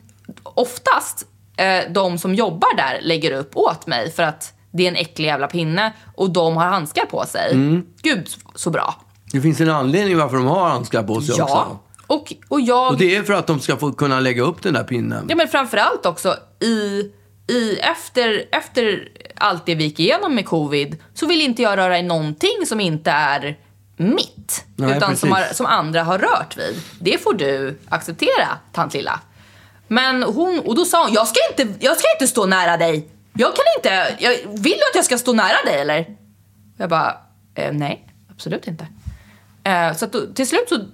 Speaker 2: oftast eh, de som jobbar där lägger upp åt mig för att det är en äcklig jävla pinne och de har handskar på sig.
Speaker 1: Mm.
Speaker 2: Gud så bra.
Speaker 1: Det finns en anledning varför de har handskar på sig också.
Speaker 2: Ja. Och, och jag...
Speaker 1: Och det är för att de ska få kunna lägga upp den där pinnen.
Speaker 2: Ja men framförallt också i, i efter, efter allt det vi gick igenom med covid så vill inte jag röra i någonting som inte är mitt.
Speaker 1: Nej,
Speaker 2: utan som, har,
Speaker 1: precis.
Speaker 2: som andra har rört vid. Det får du acceptera tant lilla. Men hon, och då sa hon, jag ska inte, jag ska inte stå nära dig. Jag kan inte, jag, vill du att jag ska stå nära dig eller? Jag bara, eh, nej absolut inte. Eh, så att då, till slut så mm,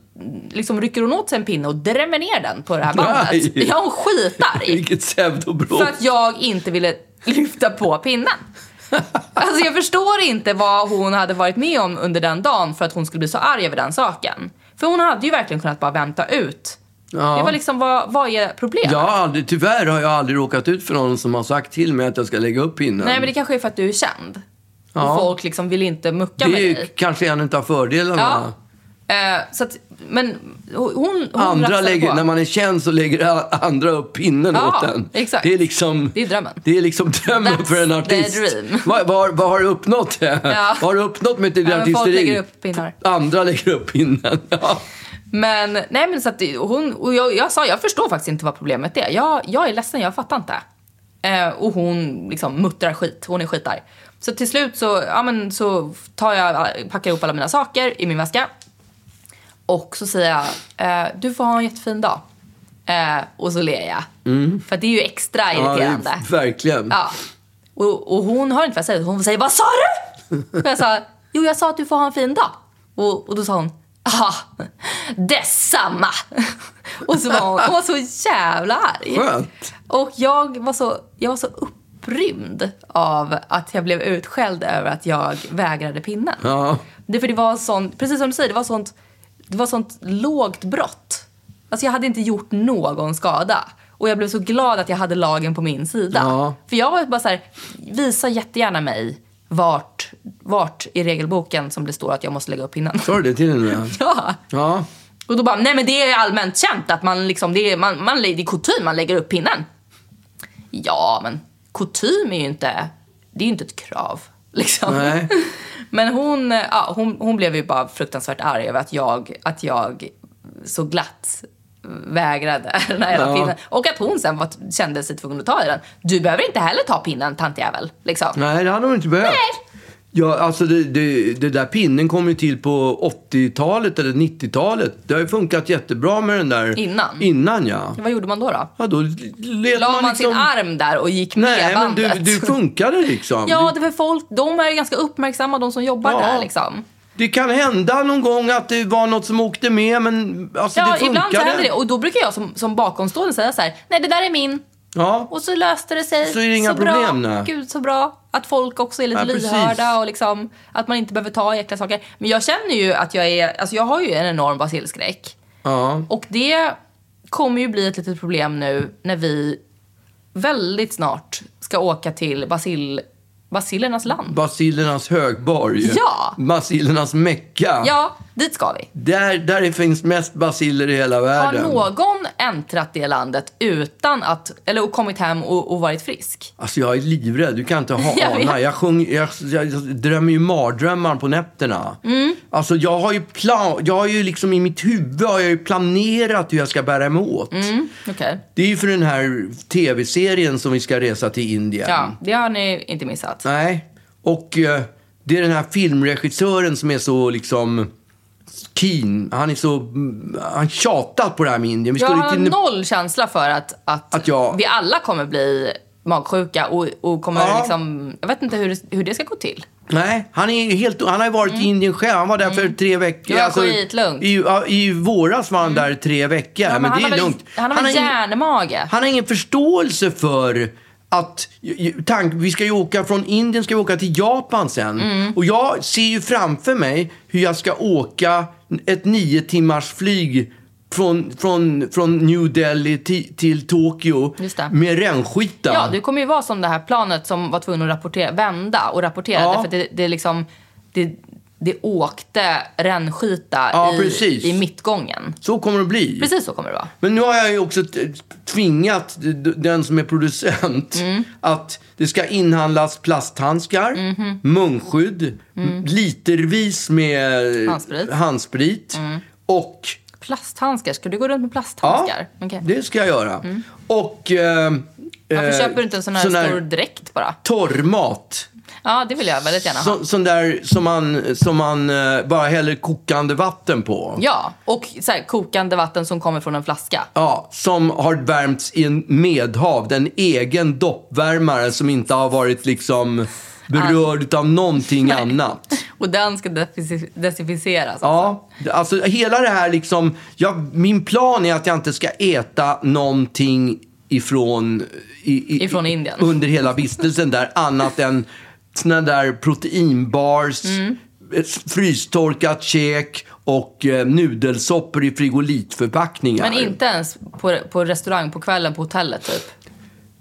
Speaker 2: liksom rycker hon åt sig en pinne och drämmer ner den på det här bandet.
Speaker 1: Nej.
Speaker 2: Ja, hon skitarg.
Speaker 1: Vilket pseudobrott.
Speaker 2: För att jag inte ville lyfta på pinnen. Alltså jag förstår inte vad hon hade varit med om under den dagen för att hon skulle bli så arg över den saken. För hon hade ju verkligen kunnat bara vänta ut.
Speaker 1: Ja.
Speaker 2: Det var liksom, vad, vad är problemet?
Speaker 1: Jag har aldrig, tyvärr har jag aldrig råkat ut för någon som har sagt till mig att jag ska lägga upp pinnen.
Speaker 2: Nej men det kanske är för att du är känd.
Speaker 1: Ja.
Speaker 2: Och folk liksom vill inte mucka
Speaker 1: det
Speaker 2: med
Speaker 1: är ju
Speaker 2: dig.
Speaker 1: kanske en av fördelarna.
Speaker 2: Ja. Eh, så att, men hon, hon
Speaker 1: Andra
Speaker 2: rafsar
Speaker 1: lägger,
Speaker 2: på.
Speaker 1: när man är känd så lägger a- andra upp pinnen
Speaker 2: Ja,
Speaker 1: åt en.
Speaker 2: exakt.
Speaker 1: Det är liksom...
Speaker 2: Det är drömmen.
Speaker 1: Det är liksom drömmen
Speaker 2: That's
Speaker 1: för en
Speaker 2: the
Speaker 1: artist.
Speaker 2: dream.
Speaker 1: Vad, vad, vad har du uppnått? Vad har du uppnått med ditt
Speaker 2: Ja, men folk
Speaker 1: artisteri?
Speaker 2: lägger upp pinnar.
Speaker 1: Andra lägger upp pinnen. Ja.
Speaker 2: Men, nej men så att det- hon, och jag, jag sa jag förstår faktiskt inte vad problemet är. Jag, jag är ledsen, jag fattar inte. Eh, och hon liksom muttrar skit, hon är skitar. Så till slut så, ja men så tar jag, eh, packar ihop alla mina saker i min väska. Och så säger jag, eh, du får ha en jättefin dag. Eh, och så ler jag. För att det är ju extra
Speaker 1: Mm. Ja, det är-
Speaker 2: irriterande.
Speaker 1: verkligen.
Speaker 2: Ja. Och, och hon hör inte vad jag säger. Hon säger vad sa du? Och jag sa jo jag sa att du får ha en fin dag. Och, och då sa hon aha detsamma. Och så var hon, hon var så jävla arg.
Speaker 1: Skönt.
Speaker 2: Och jag var så, jag var så upprymd av att jag blev utskälld över att jag vägrade pinnen.
Speaker 1: Ja.
Speaker 2: Det, för det var sånt, precis som du säger, det var sånt, det var sånt lågt brott. Alltså jag hade inte gjort någon skada. Och jag blev så glad att jag hade lagen på min sida.
Speaker 1: Ja.
Speaker 2: För jag var bara så här, visa jättegärna mig vart, vart i regelboken som det står att jag måste lägga upp pinnen.
Speaker 1: Sa du det till henne?
Speaker 2: Ja.
Speaker 1: Ja.
Speaker 2: Och då bara, nej men det är allmänt känt att man liksom, det är, man, man, det är kutym, man lägger upp pinnen. Ja, men kutym är ju inte, det är ju inte ett krav. Liksom.
Speaker 1: Nej.
Speaker 2: Men hon, ja, hon, hon blev ju bara fruktansvärt arg över att jag, att jag så glatt vägrade den här jävla
Speaker 1: Ja.
Speaker 2: pinnen. Och att hon sen var, kände sig tvungen att ta i den. Du behöver inte heller ta pinnen, tantjävel. Liksom.
Speaker 1: Nej, det hade hon inte behövt.
Speaker 2: Nej.
Speaker 1: Ja, alltså det, det, det där pinnen kom ju till på 80-talet eller 90-talet. Det har ju funkat jättebra med den där...
Speaker 2: Innan.
Speaker 1: Innan, ja.
Speaker 2: Vad gjorde man då? då?
Speaker 1: Ja, då led
Speaker 2: La man
Speaker 1: liksom...
Speaker 2: sin arm där och gick
Speaker 1: Nej,
Speaker 2: med
Speaker 1: men
Speaker 2: bandet?
Speaker 1: du, du funkade liksom.
Speaker 2: Ja,
Speaker 1: det...
Speaker 2: det är för folk, de är ju ganska uppmärksamma, de som jobbar
Speaker 1: Ja.
Speaker 2: där liksom.
Speaker 1: det kan hända någon gång att det var något som åkte med, men alltså
Speaker 2: Ja,
Speaker 1: det funkade.
Speaker 2: ibland så händer det. Och då brukar jag som, som bakomstående säga så här, nej det där är min.
Speaker 1: Ja,
Speaker 2: Och så löste det sig.
Speaker 1: Så är det inga problem,
Speaker 2: bra.
Speaker 1: nej.
Speaker 2: Gud så bra. Att folk också är lite
Speaker 1: Ja, precis.
Speaker 2: lyhörda och liksom, att man inte behöver ta i äckliga saker. Men jag känner ju att jag är, alltså jag har ju en enorm basilskräck.
Speaker 1: ja.
Speaker 2: Och det kommer ju bli ett litet problem nu när vi väldigt snart ska åka till basil, basillernas land.
Speaker 1: Basilernas högborg.
Speaker 2: Ja.
Speaker 1: Basilernas mecka.
Speaker 2: Ja, dit ska vi.
Speaker 1: Där, där det finns mest basiler i hela
Speaker 2: Har
Speaker 1: världen.
Speaker 2: någon äntrat det landet utan att, eller och kommit hem och, och varit frisk?
Speaker 1: Alltså jag är livrädd, du kan inte ha
Speaker 2: Jag vet.
Speaker 1: ana. Jag, sjung, jag, jag drömmer ju mardrömmar på nätterna.
Speaker 2: Mm.
Speaker 1: Alltså jag har ju plan, jag har ju liksom i mitt huvud har jag ju planerat hur jag ska bära mig åt.
Speaker 2: Okej.
Speaker 1: Det är ju för den här tv-serien som vi ska resa till Indien.
Speaker 2: Ja, det har ni inte missat.
Speaker 1: Mm. Nej, och eh, det är den här filmregissören som är så liksom keen. Han är så, mm, han tjatat på det här med Indien. Vi
Speaker 2: Jag
Speaker 1: skulle
Speaker 2: har
Speaker 1: till Nep-
Speaker 2: noll känsla för att, att,
Speaker 1: Att jag-
Speaker 2: vi alla kommer bli magsjuka och, och kommer
Speaker 1: Ja.
Speaker 2: liksom... Jag vet inte hur det, hur det ska gå till.
Speaker 1: Nej, han, är ju helt, han har ju varit i Indien själv. Han var där för tre veckor.
Speaker 2: Det var Mm. skitlugnt. Mm.
Speaker 1: i, ja, I våras var han där tre veckor. men,
Speaker 2: han
Speaker 1: det är
Speaker 2: har väl-
Speaker 1: lugnt.
Speaker 2: Han har väl
Speaker 1: ingen-
Speaker 2: hjärnmage?
Speaker 1: han har ingen förståelse för att ju- ju- tank, vi ska ju åka från Indien ska vi åka till Japan sen.
Speaker 2: Mm.
Speaker 1: Och jag ser ju framför mig hur jag ska åka ett nio timmars flyg från, från, från New Delhi till, till Tokyo
Speaker 2: Just det.
Speaker 1: med rännskita.
Speaker 2: Ja, du kommer ju vara som det här planet som var tvungen att rapportera, vända och rapporterade
Speaker 1: Ja.
Speaker 2: för att det, det liksom... Det, det åkte rännskita
Speaker 1: Ja, precis.
Speaker 2: i, i mittgången.
Speaker 1: Så kommer det bli.
Speaker 2: Precis så kommer det vara.
Speaker 1: Men nu har jag ju också t- tvingat d- d- den som är producent
Speaker 2: Mm.
Speaker 1: att det ska inhandlas plasthandskar,
Speaker 2: Mhm.
Speaker 1: munskydd, litervis med
Speaker 2: Mm. Handsprit. Mm.
Speaker 1: handsprit och...
Speaker 2: Plasthandskar? Ska du gå runt med
Speaker 1: Ja,
Speaker 2: plasthandskar? Okej. Mm.
Speaker 1: det ska jag göra. Och... Eh,
Speaker 2: Varför
Speaker 1: eh,
Speaker 2: köper du inte en sån här stor dräkt bara?
Speaker 1: torrmat.
Speaker 2: Ja, det vill jag väldigt gärna ha.
Speaker 1: Så, sån där som man, som man eh, bara häller kokande vatten på.
Speaker 2: Ja, och så här, kokande vatten som kommer från en flaska.
Speaker 1: Ja, som har värmts i en medhav. En egen doppvärmare som inte har varit liksom berörd av någonting annat.
Speaker 2: Och den ska desinfic- desinficeras.
Speaker 1: Ja, alltså hela det här liksom. Ja, min plan är att jag inte ska äta någonting ifrån, i, i,
Speaker 2: Ifrån Indien.
Speaker 1: under hela vistelsen där annat än såna där proteinbars,
Speaker 2: Mm.
Speaker 1: eh, frystorkat käk och eh, nudelsoppor i frigolitförpackningar.
Speaker 2: Men inte ens på, på restaurang på kvällen på hotellet typ.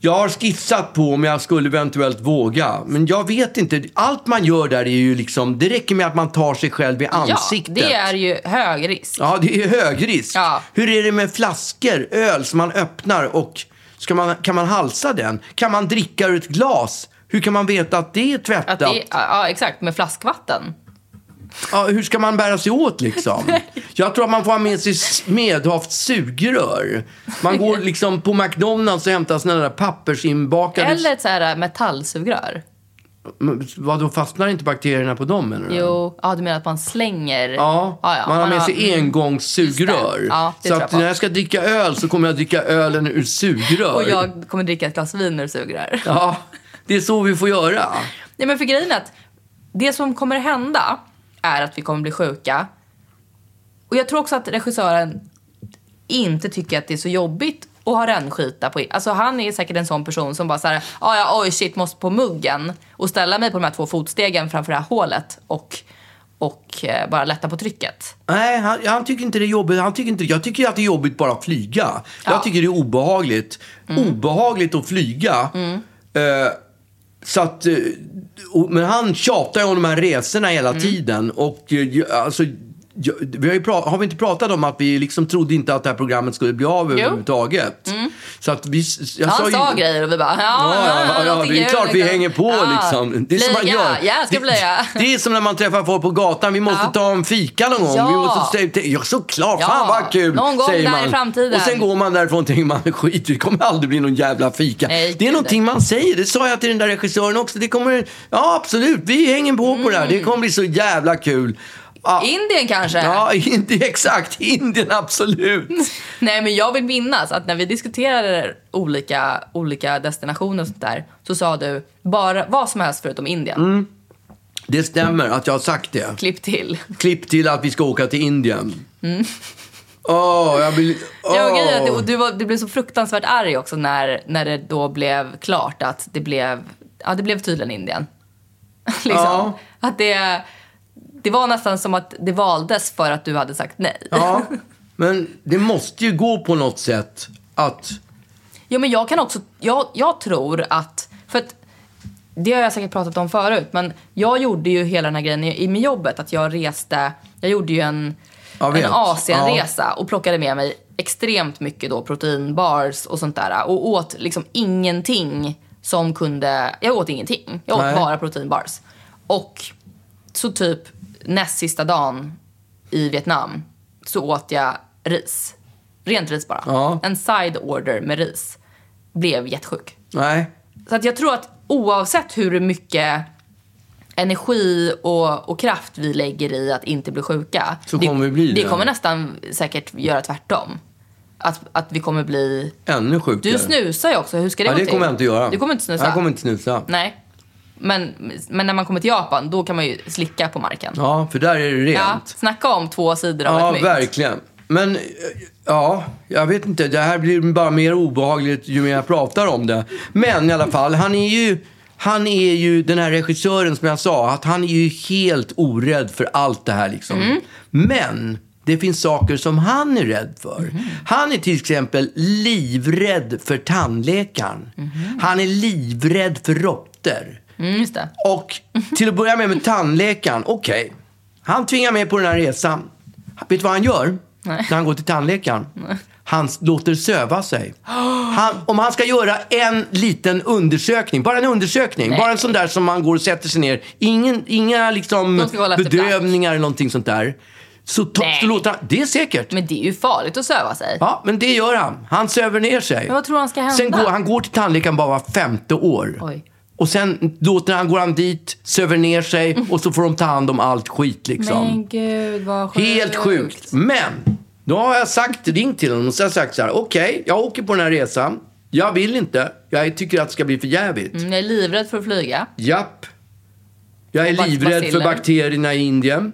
Speaker 1: Jag har skissat på om jag skulle eventuellt våga. Men jag vet inte. Allt man gör där är ju liksom... Det räcker med att man tar sig själv i ansiktet.
Speaker 2: Ja, det är ju hög risk.
Speaker 1: Ja, det är hög risk.
Speaker 2: Ja.
Speaker 1: Hur är det med flaskor, öl som man öppnar och ska man, kan man halsa den? Kan man dricka ur ett glas? Hur kan man veta att det är tvättat?
Speaker 2: Att det, ja, ja, exakt. Med flaskvatten.
Speaker 1: Ja, hur ska man bära sig åt liksom? Jag tror att man får ha med sig s- medhavt sugrör. Man går liksom på McDonalds och hämtar såna där pappersinbakade...
Speaker 2: Eller ett så här äh, metallsugrör.
Speaker 1: Men Vadå, fastnar inte bakterierna på dem menar du?
Speaker 2: Jo, ja, du menar att man slänger?
Speaker 1: Ja, man har med sig
Speaker 2: Just det.
Speaker 1: engångssugrör.
Speaker 2: mm. Ja,
Speaker 1: så
Speaker 2: det tror jag
Speaker 1: att
Speaker 2: på.
Speaker 1: när jag ska dricka öl så kommer jag dricka ölen ur sugrör.
Speaker 2: Och jag kommer dricka ett glas vin ur sugrör.
Speaker 1: Ja, det är så vi får göra.
Speaker 2: Nej, men för grejen är att det som kommer hända är att vi kommer bli sjuka. Och jag tror också att regissören inte tycker att det är så jobbigt att ha rännskita på. Alltså han är säkert en sån person som bara så här, "Ah, ja, oj shit, måste på muggen och ställa mig på de här två fotstegen framför det här hålet och, och eh, bara lätta på trycket.
Speaker 1: Nej, han, han tycker inte det är jobbigt. Han tycker inte, jag tycker att det är jobbigt bara att flyga. Jag tycker det är obehagligt.
Speaker 2: Mm.
Speaker 1: Obehagligt att flyga. Eh, så att, eh, och, men han tjatar ju om de här resorna hela
Speaker 2: Mm.
Speaker 1: tiden. Och eh, jag- alltså, jag, vi har, ju pra, har vi inte pratat om att vi liksom trodde inte att det här programmet skulle bli av överhuvudtaget? Så att vi, s- jag
Speaker 2: Mm. Han sa
Speaker 1: ju,
Speaker 2: grejer och vi bara, ja,
Speaker 1: Ja, ja, ja, det är klart vi hänger på liksom. Det är som man gör.
Speaker 2: Jag ska blöja.
Speaker 1: Det, det är som när man träffar folk på gatan. Vi måste
Speaker 2: Ja. ta
Speaker 1: ta en fika någon gång.
Speaker 2: Ja.
Speaker 1: Vi måste säga, ja såklart,
Speaker 2: Ja.
Speaker 1: fan vad kul,
Speaker 2: Någon gång
Speaker 1: säger
Speaker 2: där
Speaker 1: man.
Speaker 2: i framtiden.
Speaker 1: Och sen går man därifrån och tänker man, skit det kommer aldrig bli någon jävla fika.
Speaker 2: Nej,
Speaker 1: det är
Speaker 2: gud.
Speaker 1: någonting man säger, det sa jag till den där regissören också. Det kommer, ja absolut, vi hänger på på det här. Det kommer bli så jävla kul. Ja,
Speaker 2: Mm. Indien kanske?
Speaker 1: ja inte exakt, Indien absolut.
Speaker 2: Nej men jag vill minnas att när vi diskuterade olika, olika destinationer och sånt där så sa du bara vad som helst förutom Indien.
Speaker 1: Mm. Det stämmer att jag har sagt det.
Speaker 2: Klipp till.
Speaker 1: Klipp till att vi ska åka till Indien.
Speaker 2: Mm.
Speaker 1: Åh, jag blir... Åh.
Speaker 2: Ja, och grejen är att du, och du, var, du blev så fruktansvärt arg också när, när det då blev klart att det blev, ja, det blev tydligen Indien. liksom.
Speaker 1: Ja.
Speaker 2: Att det, det var nästan som att det valdes för att du hade sagt nej.
Speaker 1: Ja, men det måste ju gå på något sätt att...
Speaker 2: Jo, men jag kan också... Jag, jag tror att... För att det har jag säkert pratat om förut, men jag gjorde ju hela den här grejen i, i med jobbet. Att jag reste... Jag gjorde ju en,
Speaker 1: Jag vet.
Speaker 2: en Asienresa och plockade med mig extremt mycket då proteinbars och sånt där. Och åt liksom ingenting som kunde... Jag åt ingenting. Jag åt
Speaker 1: Nej.
Speaker 2: bara proteinbars. Och så typ näst sista dagen i Vietnam så åt jag ris. Rent ris bara.
Speaker 1: Ja.
Speaker 2: En side order med ris. Blev jättesjuk.
Speaker 1: Nej.
Speaker 2: Så att jag tror att oavsett hur mycket energi och, och kraft vi lägger i att inte bli sjuka.
Speaker 1: Så kommer vi bli
Speaker 2: det.
Speaker 1: det.
Speaker 2: kommer nästan säkert göra tvärtom. Att, att vi kommer bli...
Speaker 1: Ännu sjukare.
Speaker 2: Du snusar ju också. Hur ska det
Speaker 1: Ja,
Speaker 2: gå
Speaker 1: det
Speaker 2: till?
Speaker 1: kommer jag inte göra.
Speaker 2: Du kommer inte snusa?
Speaker 1: Jag kommer inte snusa.
Speaker 2: Nej. Men, men när man kommer till Japan, då kan man ju slicka på marken.
Speaker 1: Ja, för där är det
Speaker 2: Ja,
Speaker 1: rent.
Speaker 2: snacka om två sidor av ett mynt.
Speaker 1: verkligen. Men eh, ja, jag vet inte. Det här blir bara mer obehagligt ju mer jag pratar om det. Men i alla fall, han är ju, han är ju den här regissören som jag sa, att han är ju helt orädd för allt det här liksom.
Speaker 2: Mm.
Speaker 1: Men det finns saker som han är rädd för.
Speaker 2: Mm.
Speaker 1: Han är till exempel livrädd för tandläkaren. Han är livrädd för råttor.
Speaker 2: Mm, just det.
Speaker 1: Och till att börja med med tandläkaren. Okej, han tvingar mig på den här resan. Vet du vad han gör när han går till tandläkaren? Han s- låter söva sig. Han, om han ska göra en liten undersökning, bara en undersökning, bara en sån där som man går och sätter sig ner. Ingen, inga liksom
Speaker 2: De ska kolla efter
Speaker 1: bedövningar eller någonting sånt där. Så, ta,
Speaker 2: Nej.
Speaker 1: så låter han, det är säkert.
Speaker 2: Men det är ju farligt att söva sig.
Speaker 1: Ja, men det gör han. Han söver ner sig.
Speaker 2: Men vad tror du han ska hända?
Speaker 1: Sen går, han går till tandläkaren bara var femte år.
Speaker 2: Oj.
Speaker 1: Och sen låter han, går han dit, söver ner sig och så får de ta hand om allt skit liksom.
Speaker 2: Men gud vad sjukt.
Speaker 1: Helt sjukt. Men, då har jag sagt, ringt till honom och så har jag sagt så här. Okej, jag åker på den här resan. Jag vill inte. Jag tycker att det ska bli för jävligt.
Speaker 2: Mm, Jag är livrädd för att flyga.
Speaker 1: Japp. Jag är
Speaker 2: Och Mm. bak-
Speaker 1: livrädd för
Speaker 2: baciller.
Speaker 1: bakterierna i Indien.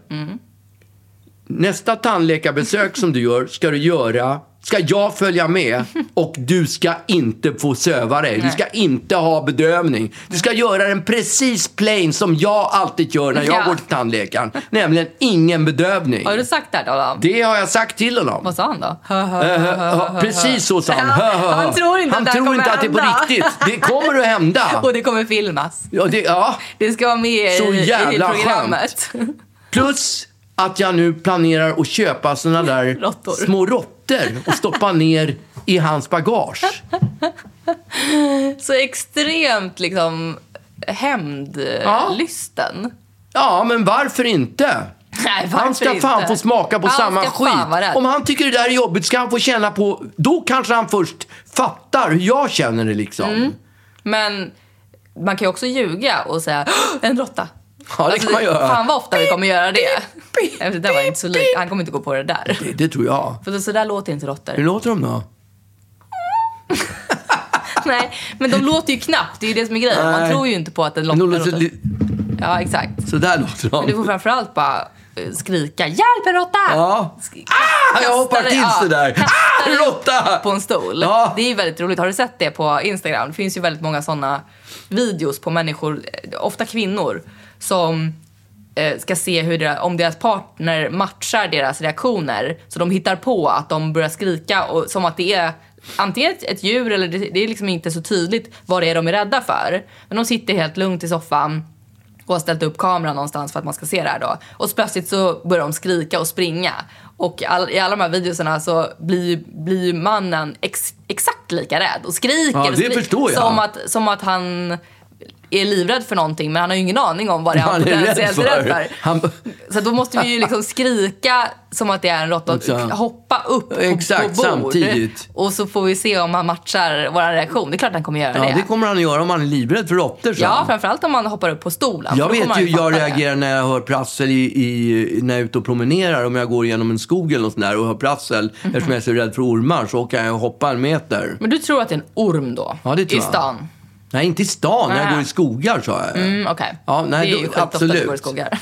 Speaker 1: Nästa tandläkarbesök som du gör ska du göra, ska jag följa med och du ska inte få söva dig. Du ska inte ha bedövning. Du ska göra den precis plain som jag alltid gör när jag
Speaker 2: Ja.
Speaker 1: går till tandläkaren. Nämligen ingen bedövning.
Speaker 2: Har du sagt det här då? Adam?
Speaker 1: Det har jag sagt till honom.
Speaker 2: Vad sa han då?
Speaker 1: Eh, eh, Precis så sa han.
Speaker 2: Ja, han tror inte
Speaker 1: han
Speaker 2: att det här
Speaker 1: tror
Speaker 2: kommer
Speaker 1: inte att det är på
Speaker 2: hända.
Speaker 1: riktigt. Det kommer att hända.
Speaker 2: Och det kommer filmas.
Speaker 1: Ja, det, ja.
Speaker 2: Det ska vara med
Speaker 1: Eh. Så
Speaker 2: i, i
Speaker 1: jävla
Speaker 2: programmet.
Speaker 1: Plus att jag nu planerar att köpa såna där
Speaker 2: Råttor.
Speaker 1: små råttor och stoppa ner i hans bagage.
Speaker 2: Så extremt liksom hämndlysten.
Speaker 1: Ja, men varför inte?
Speaker 2: Nej, varför
Speaker 1: Han ska
Speaker 2: inte?
Speaker 1: fan få smaka på
Speaker 2: Han
Speaker 1: samma
Speaker 2: ska fan vara
Speaker 1: skit.
Speaker 2: rädd.
Speaker 1: Om han tycker det där är jobbigt ska han få känna på... Då kanske han först fattar hur jag känner det liksom.
Speaker 2: Mm. Men man kan ju också ljuga och säga "Åh, en råtta. Alltså,
Speaker 1: Ja, det kan man göra.
Speaker 2: Fan vad ofta vi kommer göra det. Nej, Det där var inte så likt. Han kommer inte gå på det där.
Speaker 1: Det, det tror jag.
Speaker 2: För så- så där låter inte
Speaker 1: Hur
Speaker 2: råttor.
Speaker 1: låter de då?
Speaker 2: Nej, men de låter ju knappt. Det är ju det som är grejen. Man
Speaker 1: Nej.
Speaker 2: tror ju inte på att en
Speaker 1: De
Speaker 2: råtta
Speaker 1: låter,
Speaker 2: låter.
Speaker 1: li-
Speaker 2: Ja, exakt.
Speaker 1: så där låter de.
Speaker 2: Du får framförallt bara eh, skrika “Hjälp en råtta!”
Speaker 1: Ja.
Speaker 2: Sk-
Speaker 1: Ah, jag hoppar
Speaker 2: kasta dig-
Speaker 1: till
Speaker 2: ja,
Speaker 1: sådär.
Speaker 2: kasta
Speaker 1: Ah,
Speaker 2: dig
Speaker 1: råtta!
Speaker 2: på en stol.
Speaker 1: Ja.
Speaker 2: Det är ju väldigt roligt. Har du sett det på Instagram? Det finns ju väldigt många såna videos på människor, eh, ofta kvinnor, som eh, ska se hur deras, om deras partner matchar deras reaktioner. Så de hittar på att de börjar skrika och, som att det är antingen ett, ett djur eller det, det är liksom inte så tydligt vad det är de är rädda för. Men de sitter helt lugnt i soffan och har ställt upp kameran någonstans för att man ska se det här då. Och så plötsligt så börjar de skrika och springa. Och all, i alla de här videoserna så blir, ju- blir ju mannen ex, exakt lika rädd och skriker
Speaker 1: Ja,
Speaker 2: och
Speaker 1: det
Speaker 2: skri-
Speaker 1: förstår jag.
Speaker 2: Som att, som att han är livrädd för någonting men han har ju ingen aning om vad det är han
Speaker 1: Han är rädd
Speaker 2: potentiellt är rädd för.
Speaker 1: för. Han,
Speaker 2: Så då måste vi ju liksom skrika som att det är en råtta och
Speaker 1: Exakt.
Speaker 2: hoppa upp på,
Speaker 1: Exakt,
Speaker 2: på bord.
Speaker 1: samtidigt.
Speaker 2: Och så får vi se om han matchar vår reaktion. Det är klart han kommer göra
Speaker 1: ja,
Speaker 2: det.
Speaker 1: det kommer han att göra om han är livrädd för råttor. sa
Speaker 2: Ja,
Speaker 1: han.
Speaker 2: framförallt om man hoppar upp på stolen.
Speaker 1: Jag
Speaker 2: för då kommer
Speaker 1: vet
Speaker 2: han
Speaker 1: ju hur jag
Speaker 2: fatta det.
Speaker 1: reagerar när jag hör prassel i, i, när jag är ute och promenerar. Om jag går genom en skog eller något sånt där och hör prassel.
Speaker 2: Mhm.
Speaker 1: Eftersom jag är så rädd för ormar så kan jag hoppa en meter.
Speaker 2: Men du tror att det är en orm då?
Speaker 1: Ja, det tror jag.
Speaker 2: I stan?
Speaker 1: Nej, inte i stan. När jag
Speaker 2: Nej.
Speaker 1: går i skogar sa jag.
Speaker 2: Mm, Okej.
Speaker 1: Ja, nej, då-
Speaker 2: det är ju skitofta att
Speaker 1: absolut.
Speaker 2: du går i skogar.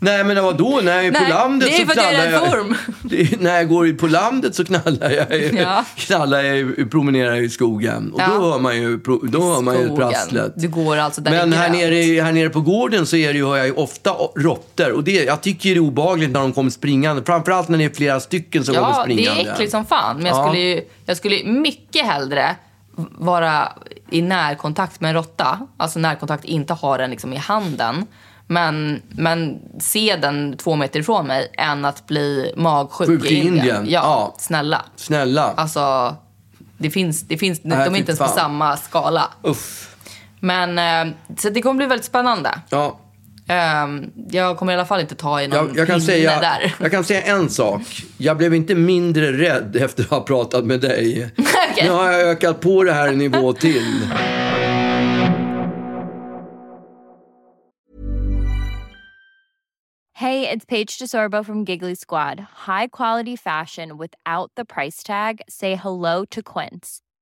Speaker 1: Nej, men vadå? När jag är
Speaker 2: Nej,
Speaker 1: på landet
Speaker 2: det är
Speaker 1: så
Speaker 2: för att jag är
Speaker 1: knallar
Speaker 2: rädd för orm.
Speaker 1: Det- När jag går i- på landet så knallar jag,
Speaker 2: Ja.
Speaker 1: knallar jag promenerar jag i skogen. Och
Speaker 2: Ja.
Speaker 1: då hör man ju, pro- då hör man ju
Speaker 2: Skogen.
Speaker 1: prasslet.
Speaker 2: Du går alltså där
Speaker 1: Men
Speaker 2: det är
Speaker 1: här
Speaker 2: grönt.
Speaker 1: nere, i- här nere på gården så är det ju, hör jag ju ofta o- råttor. Och det, jag tycker det är obehagligt när de kommer springande. Framförallt när det är flera stycken som kommer
Speaker 2: Ja, det
Speaker 1: springande.
Speaker 2: är äckligt som fan. Men jag
Speaker 1: Ja.
Speaker 2: skulle ju jag skulle mycket hellre vara i närkontakt med en råtta. Alltså närkontakt, inte ha den liksom i handen. Men, men se den två meter ifrån mig än att bli magsjuk
Speaker 1: Sjuk i Indien.
Speaker 2: Ja,
Speaker 1: Ja.
Speaker 2: snälla.
Speaker 1: Snälla.
Speaker 2: Alltså, det finns, det finns,
Speaker 1: Nej,
Speaker 2: de är
Speaker 1: fy
Speaker 2: inte ens på
Speaker 1: fan.
Speaker 2: samma skala.
Speaker 1: Uff.
Speaker 2: Men, eh, så det kommer bli väldigt spännande.
Speaker 1: Ja,
Speaker 2: Ehm, jag kommer i alla fall inte ta i någon
Speaker 1: jag, jag, kan
Speaker 2: Mm, pinne
Speaker 1: säga,
Speaker 2: där.
Speaker 1: jag kan säga en sak. Jag blev inte mindre rädd efter att ha pratat med dig.
Speaker 2: Okej.
Speaker 1: Nu har jag ökat på det här en nivå till.
Speaker 4: Hey, it's Paige DeSorbo from Giggly Squad. High quality fashion without the price tag. Say hello to Quince.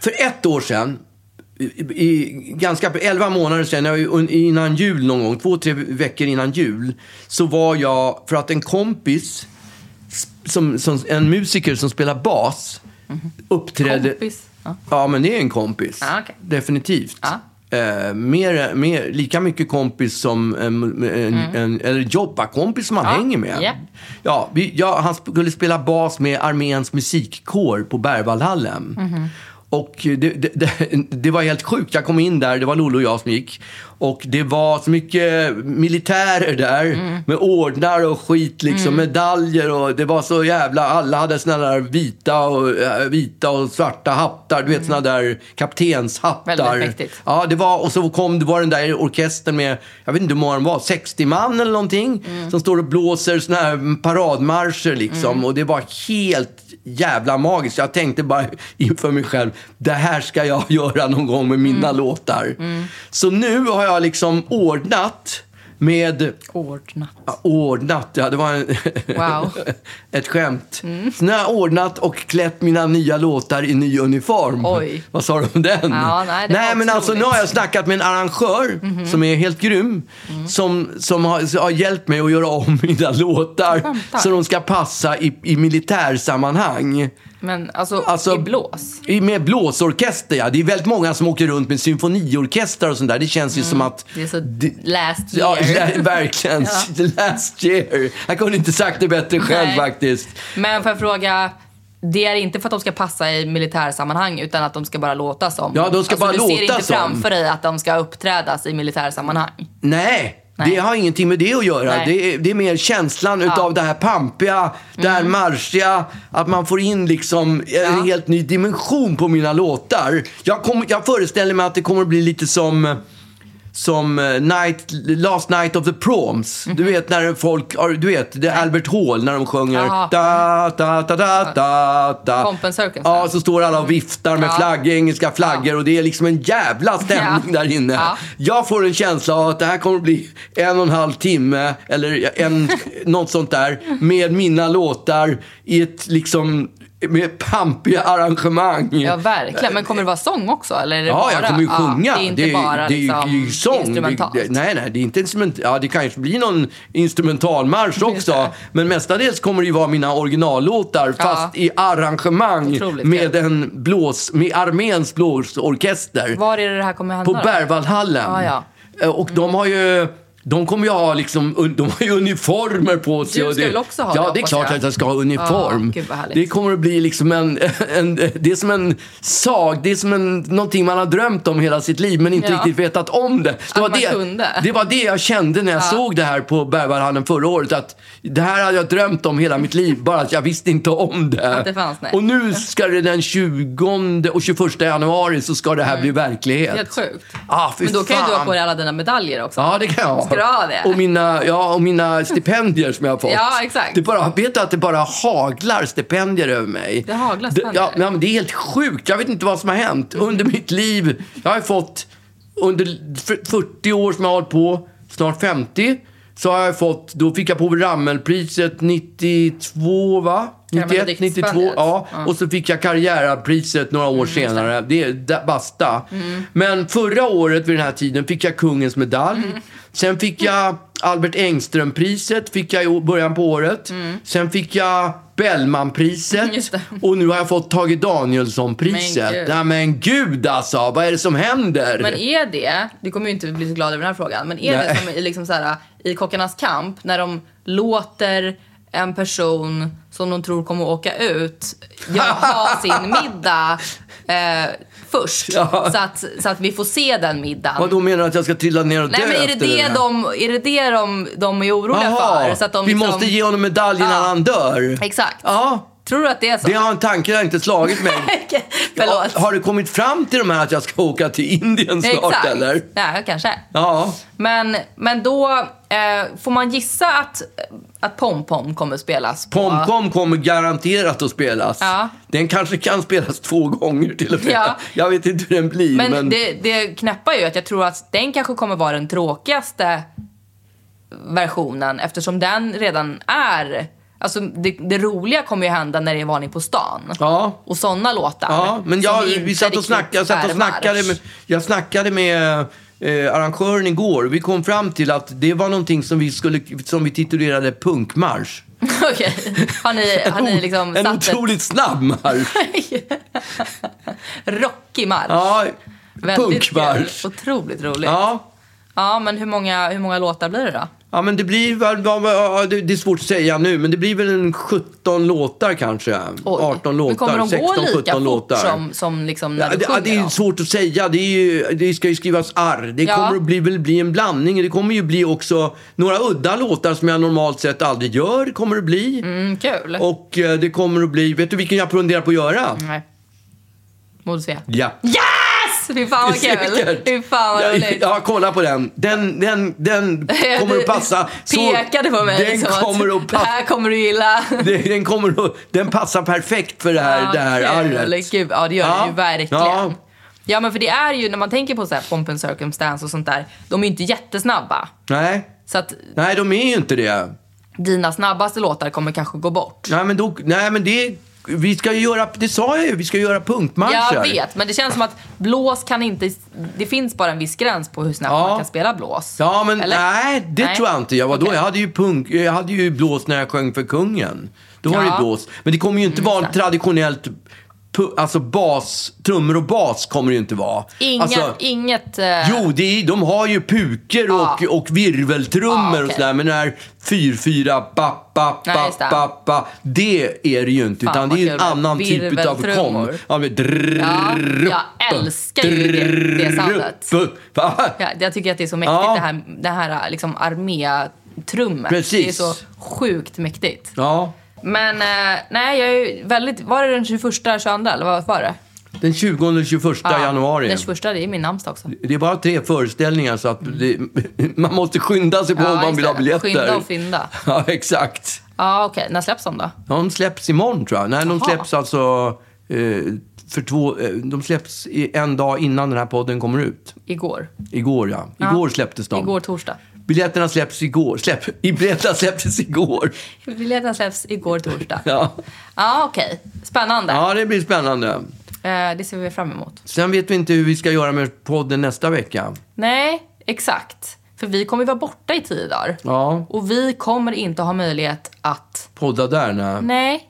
Speaker 1: För ett år sedan, i, i, ganska elva månader sedan, jag var ju un- innan jul någon gång, två, tre veckor innan jul, så var jag, för att en kompis, s- som, som en musiker som spelar bas, uppträdde...
Speaker 2: Mhm. Kompis? Ja.
Speaker 1: Ja, men det är en kompis.
Speaker 2: Ah, okej. Ah.
Speaker 1: Definitivt.
Speaker 2: Ja.
Speaker 1: Eh, mer, mer, lika mycket kompis som en, en,
Speaker 2: Mm.
Speaker 1: en eller jobbarkompis som man
Speaker 2: Ja,
Speaker 1: hänger med.
Speaker 2: ja.
Speaker 1: Ja, vi, ja, han skulle spela bas med arméns musikkår på
Speaker 2: Mhm.
Speaker 1: Berwaldhallen. Och det, det, det, det var helt sjukt. Jag kom in där, det var Lollo och jag som gick. Och det var så mycket militärer där
Speaker 2: Mm.
Speaker 1: med ordnar och skit, liksom, medaljer och det var så jävla... Alla hade såna där vita och, eh, vita och svarta hattar, du vet såna där kaptenshattar.
Speaker 2: Mm. Väldigt mäktigt.
Speaker 1: Ja, det var, och så kom det var den där orkestern med, jag vet inte hur många de var, 60 man eller någonting. Som står och blåser såna här paradmarscher liksom. Och det var helt jävla magiskt. Jag tänkte bara inför mig själv, det här ska jag göra någon gång med mina låtar. Så nu har jag liksom ordnat med
Speaker 2: Ordnat.
Speaker 1: Ja, Ordnat, ja. Det var en,
Speaker 2: Wow.
Speaker 1: ett skämt. Så nu har jag ordnat och klätt mina nya låtar i ny uniform.
Speaker 2: Oj.
Speaker 1: Vad sa du om den?
Speaker 2: Ja, nej, det var
Speaker 1: men alltså nu
Speaker 2: otroligt. Mhm.
Speaker 1: har jag snackat med en arrangör som är helt grym. Som, som, har, som har hjälpt mig att göra om mina låtar
Speaker 2: Skämtar.
Speaker 1: så de ska passa i, i militärsammanhang.
Speaker 2: Men alltså,
Speaker 1: Alltså-
Speaker 2: i blås.
Speaker 1: I- Med blåsorkester, ja. Det är väldigt många som åker runt med symfoniorkestrar och sånt där. Det känns ju som att...
Speaker 2: Mm. Det är så
Speaker 1: det-
Speaker 2: last
Speaker 1: Ja,
Speaker 2: year.
Speaker 1: ja, verkligen. Last year. Jag kunde inte sagt det bättre själv
Speaker 2: Nej.
Speaker 1: faktiskt.
Speaker 2: Men får jag fråga, det är inte för att de ska passa i militärsammanhang utan att de ska bara låta som?
Speaker 1: Ja, de ska
Speaker 2: alltså,
Speaker 1: bara
Speaker 2: du
Speaker 1: låta
Speaker 2: ser inte
Speaker 1: som.
Speaker 2: framför dig att de ska uppträdas i militärsammanhang?
Speaker 1: Nej,
Speaker 2: Nej.
Speaker 1: det har ingenting med det att göra.
Speaker 2: Nej.
Speaker 1: Det är, det är mer känslan utav det här pampiga, det
Speaker 2: Mm.
Speaker 1: här marschiga. Att man får in liksom en helt ny dimension på mina låtar. Jag, kom, jag föreställer mig att det kommer att bli lite som som eh, night, Last Night of the Proms. Du
Speaker 2: Mhm.
Speaker 1: vet när folk, har- du vet, det är Albert Hall när de sjunger
Speaker 2: Jaha.
Speaker 1: da, da, da, da, da, da.
Speaker 2: Pomp and circumstance.
Speaker 1: Ja, så står alla och viftar med
Speaker 2: Ja.
Speaker 1: flaggor, engelska flaggor och det är liksom en jävla stämning
Speaker 2: Ja.
Speaker 1: där inne.
Speaker 2: Ja.
Speaker 1: Jag får en känsla av att det här kommer att bli en och en halv timme eller en, något sånt där med mina låtar i ett liksom med pampiga arrangemang.
Speaker 2: Ja, verkligen. Men kommer det vara sång också? Eller är det
Speaker 1: Ja,
Speaker 2: bara,
Speaker 1: jag kommer ju sjunga.
Speaker 2: Ja, det är inte
Speaker 1: ju-
Speaker 2: bara
Speaker 1: det är ju-
Speaker 2: liksom,
Speaker 1: det är ju sång.
Speaker 2: instrumentalt.
Speaker 1: Det, det, nej, nej, det är inte instrument. Ja, det kanske blir någon instrumentalmarsch också. Men mestadels kommer det ju vara mina originallåtar fast i arrangemang
Speaker 2: Otroligt
Speaker 1: med
Speaker 2: kul.
Speaker 1: en blås, med arméns blåsorkester.
Speaker 2: Var är det det här kommer hända
Speaker 1: På
Speaker 2: då?
Speaker 1: Berwaldhallen.
Speaker 2: Ja, ja.
Speaker 1: Eh, Och de har ju... De kommer ju ha liksom, un- de har ju uniformer på sig.
Speaker 2: Du
Speaker 1: och
Speaker 2: ska
Speaker 1: det,
Speaker 2: väl också ha det,
Speaker 1: Ja, det är
Speaker 2: hoppas
Speaker 1: klart
Speaker 2: jag.
Speaker 1: att jag ska ha uniform.
Speaker 2: Ja, gud vad härligt.
Speaker 1: det kommer att bli liksom en, en det är som en sag, det är som en, någonting man har drömt om hela sitt liv men inte
Speaker 2: Ja.
Speaker 1: riktigt vetat om det. Det
Speaker 2: Att man kunde.
Speaker 1: det var det jag kände när jag såg det här på Berwaldhallen förra året. Att det här hade jag drömt om hela mitt liv, bara att jag visste inte om det.
Speaker 2: Att det fanns, nej.
Speaker 1: och nu ska det den 20 och 21 januari så ska det här
Speaker 2: Mm.
Speaker 1: bli verklighet.
Speaker 2: Helt sjukt.
Speaker 1: Ah, fy
Speaker 2: Men då kan ju du ha
Speaker 1: fan.
Speaker 2: på dig alla dina medaljer också.
Speaker 1: Ja, det kan jag.
Speaker 2: Ska du ha det?
Speaker 1: Och mina, ja, och mina stipendier som jag har fått.
Speaker 2: Ja, exakt.
Speaker 1: Det bara, vet du att det bara haglar stipendier över mig?
Speaker 2: Det haglar stipendier.
Speaker 1: ja, men- ja, men det är helt sjukt. Jag vet inte vad som har hänt under mitt liv. Jag har ju fått, under f- 40 år som jag har hållit på, snart 50, så har jag fått, då fick jag på Rammelpriset 92, va?
Speaker 2: Karamell
Speaker 1: 91, 92,
Speaker 2: Dick's-bandet.
Speaker 1: ja. Och så fick jag karriärpriset några
Speaker 2: Mm,
Speaker 1: år senare. Det är da- basta. Men förra året vid den här tiden fick jag kungens medalj.
Speaker 2: Mm.
Speaker 1: Sen fick jag Albert Engström-priset fick jag i o- början på året. Sen fick jag Bellmanpriset.
Speaker 2: Mm. Just det.
Speaker 1: Och nu har jag fått Tage Danielsson-priset.
Speaker 2: Men gud.
Speaker 1: Nej men gud alltså, vad är det som händer?
Speaker 2: Men är det, du kommer ju inte bli så glad över den här frågan, men är
Speaker 1: Nej.
Speaker 2: det som i, liksom så här, i Kockarnas kamp när de låter en person som de tror kommer åka ut göra- ha sin middag eh, först
Speaker 1: Ja.
Speaker 2: så, att, så att vi får se den middagen.
Speaker 1: Vadå menar du att jag ska trilla ner och
Speaker 2: Nej
Speaker 1: dö
Speaker 2: men är det
Speaker 1: efter
Speaker 2: det,
Speaker 1: här?
Speaker 2: de, är det det de, de är oroliga
Speaker 1: Jaha,
Speaker 2: för? Så att de
Speaker 1: vi
Speaker 2: liksom,
Speaker 1: måste ge honom medalj innan
Speaker 2: Ja.
Speaker 1: han dör.
Speaker 2: Exakt.
Speaker 1: Ja,
Speaker 2: Tror du att det är så?
Speaker 1: det har en tanke har inte slagit mig. Ja,
Speaker 2: Förlåt.
Speaker 1: Har du kommit fram till de här att jag ska åka till Indien snart
Speaker 2: Exakt.
Speaker 1: eller?
Speaker 2: Ja, kanske.
Speaker 1: Ja.
Speaker 2: Men, men då eh, får man gissa att, att Pom Pom kommer spelas på...
Speaker 1: Pom-pom kommer garanterat att spelas.
Speaker 2: Ja.
Speaker 1: Den kanske kan spelas två gånger till och med.
Speaker 2: Ja.
Speaker 1: Jag vet inte hur den blir.
Speaker 2: Men,
Speaker 1: Men,
Speaker 2: Det, det knäppar ju att jag tror att den kanske kommer vara den tråkigaste versionen eftersom den redan är... Alltså det, det roliga kommer ju hända när det är varning på stan.
Speaker 1: Ja.
Speaker 2: Och såna låtar.
Speaker 1: Ja, men
Speaker 2: som
Speaker 1: jag,
Speaker 2: inte
Speaker 1: vi satt och
Speaker 2: riktigt
Speaker 1: snackade, jag satt och
Speaker 2: är marsch.
Speaker 1: snackade med, jag snackade med eh, arrangören igår. Vi kom fram till att det var någonting som vi, skulle, som vi titulerade punkmarsch.
Speaker 2: Okej. Har ni, har ni liksom
Speaker 1: en
Speaker 2: satt
Speaker 1: otroligt snabb marsch.
Speaker 2: ett rockig marsch?
Speaker 1: Ja,
Speaker 2: Väldigt kul.
Speaker 1: punkmarsch.
Speaker 2: Otroligt roligt.
Speaker 1: Ja.
Speaker 2: Ja, men hur många, hur många låtar blir det då?
Speaker 1: Ja, men det blir väl- va- va- ja, det- det är svårt att säga nu, men det blir väl en 17 låtar kanske.
Speaker 2: Oj.
Speaker 1: 18
Speaker 2: Men kommer
Speaker 1: låtar,
Speaker 2: de
Speaker 1: 16,
Speaker 2: gå lika
Speaker 1: 17
Speaker 2: fort
Speaker 1: låtar.
Speaker 2: som, som liksom när
Speaker 1: Ja,
Speaker 2: du
Speaker 1: det, ja, det
Speaker 2: sjunger
Speaker 1: är
Speaker 2: dem?
Speaker 1: svårt att säga. Det, är ju, det ska ju skrivas arr. Det
Speaker 2: Ja.
Speaker 1: kommer att bli, väl bli en blandning. Det kommer ju bli också några udda låtar som jag normalt sett aldrig gör. kommer det bli.
Speaker 2: Mm, kul.
Speaker 1: Och eh, det kommer att bli... Vet du vilken jag funderar på att göra?
Speaker 2: Nej. Moder Svea.
Speaker 1: Ja.
Speaker 2: Yes! Fy Alltså, fan vad kul.
Speaker 1: Säkert.
Speaker 2: Fy fan vad
Speaker 1: ja,
Speaker 2: roligt.
Speaker 1: ja, kolla på den. Den, den, den kommer att passa.
Speaker 2: Du Pekade på mig
Speaker 1: den
Speaker 2: liksom
Speaker 1: kommer att
Speaker 2: att det
Speaker 1: passa.
Speaker 2: här kommer du gilla.
Speaker 1: Den, kommer att, den passar perfekt för det här, det här
Speaker 2: kul.
Speaker 1: arret.
Speaker 2: Gud, ja, det gör
Speaker 1: Ja.
Speaker 2: det ju verkligen.
Speaker 1: Ja.
Speaker 2: Ja. men för det är ju, när man tänker på så här pomp and circumstance och sånt där, de är ju inte jättesnabba.
Speaker 1: Nej.
Speaker 2: Så att
Speaker 1: Nej, de är ju inte det.
Speaker 2: dina snabbaste låtar kommer kanske gå bort.
Speaker 1: Nej, men, då, nej, men det... Vi ska ju göra... Det sa jag ju. Vi ska göra punktmarscher.
Speaker 2: Jag vet, men det känns som att blås kan inte... Det finns bara en viss gräns på hur snabbt
Speaker 1: Ja.
Speaker 2: man kan spela blås.
Speaker 1: Ja, men
Speaker 2: Eller?
Speaker 1: nej, det
Speaker 2: Nej.
Speaker 1: tror jag inte. Jag, var då,
Speaker 2: Okej.
Speaker 1: jag, hade ju punk, jag hade ju blås när jag sjöng för kungen. Då var det
Speaker 2: Ja. Mm,
Speaker 1: ju blås. Men det kommer ju inte vara traditionellt... pu- Alltså bas, trummor och bas kommer det ju inte vara.
Speaker 2: Inget...
Speaker 1: alltså,
Speaker 2: inget eh,
Speaker 1: Jo, det är, de har ju puker
Speaker 2: Ja.
Speaker 1: och, och virveltrummor
Speaker 2: Ja, okej.
Speaker 1: och sådär. Men den här 4-4, ba, ba,
Speaker 2: Nej,
Speaker 1: ba,
Speaker 2: just det.
Speaker 1: ba, ba, det är det ju inte.
Speaker 2: Fan,
Speaker 1: utan det är ju en
Speaker 2: vad kul.
Speaker 1: annan typ av kom.
Speaker 2: Virveltrummor.
Speaker 1: Ja, men drrrr,
Speaker 2: Ja, jag älskar ju det, det soundet.
Speaker 1: drrrr, va?
Speaker 2: Ja, jag tycker att det är så mäktigt
Speaker 1: Ja.
Speaker 2: det här, det här liksom armétrummet.
Speaker 1: Precis.
Speaker 2: Det är så sjukt mäktigt.
Speaker 1: Ja,
Speaker 2: Men eh, nej, jag är ju väldigt... Var det den 21, 22 eller vad var det?
Speaker 1: den 20 och 21 januari.
Speaker 2: Den 21, det är min namnsdag också.
Speaker 1: Det är bara tre föreställningar så att det, man måste skynda sig på om man
Speaker 2: just
Speaker 1: vill ha
Speaker 2: det.
Speaker 1: biljetter.
Speaker 2: Skynda och fynda.
Speaker 1: Ja, exakt.
Speaker 2: Ja, okej. När släpps de då?
Speaker 1: De släpps imorgon tror jag. Nej, de
Speaker 2: Jaha.
Speaker 1: släpps alltså eh, för två... Eh, de släpps i- en dag innan den här podden kommer ut.
Speaker 2: Igår.
Speaker 1: Igår ja. Igår släpptes de.
Speaker 2: Igår torsdag.
Speaker 1: Biljetterna släpps igår. Släpp, i- biljetterna släpptes igår.
Speaker 2: Biljetterna släpps igår torsdag. Ja,
Speaker 1: Ja.
Speaker 2: okej. Spännande.
Speaker 1: ja, det blir spännande.
Speaker 2: Eh, det ser vi fram emot.
Speaker 1: Sen vet vi inte hur vi ska göra med podden nästa vecka.
Speaker 2: Nej, exakt. För vi kommer ju vara borta i tio dagar.
Speaker 1: Ja,
Speaker 2: Och vi kommer inte ha möjlighet att...
Speaker 1: podda där. Nej.
Speaker 2: Nej.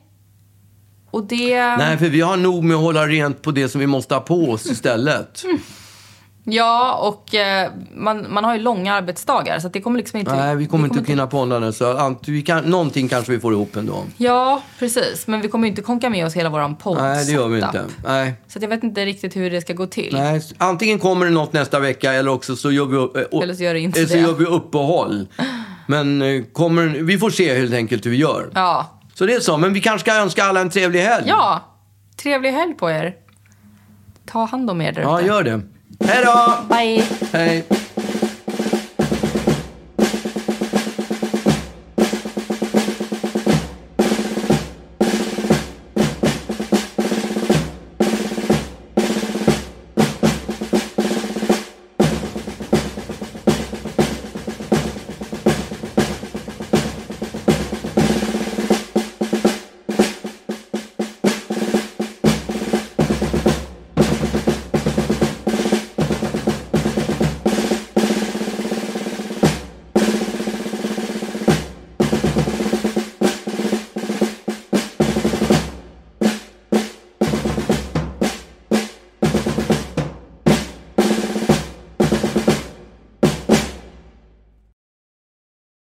Speaker 2: Och det...
Speaker 1: Nej, för vi har nog med att hålla rent på det som vi måste ha på oss istället.
Speaker 2: Ja, och eh, man, man har ju långa arbetsdagar så att det kommer liksom inte...
Speaker 1: Nej, vi kommer
Speaker 2: det
Speaker 1: inte att hinna podda den. Så ant- vi kan, någonting kanske vi får ihop ändå.
Speaker 2: Ja, precis. Men vi kommer ju inte konka med oss hela våran podd
Speaker 1: Nej, det gör vi inte. Nej.
Speaker 2: Så att jag vet inte riktigt hur det ska gå till.
Speaker 1: Nej, s- antingen kommer det något nästa vecka eller också så gör vi, upp- eh, och-
Speaker 2: Eller så gör det inte
Speaker 1: eller så
Speaker 2: det.
Speaker 1: gör vi uppehåll. Men eh, kommer, vi får se helt enkelt hur vi gör.
Speaker 2: Ja.
Speaker 1: Så det är så. Men vi kanske ska önska alla en trevlig helg.
Speaker 2: Ja, trevlig helg på er. Ta hand om er där
Speaker 1: Ja,
Speaker 2: ute.
Speaker 1: gör det. Hej då!
Speaker 2: Bye!
Speaker 1: Hej.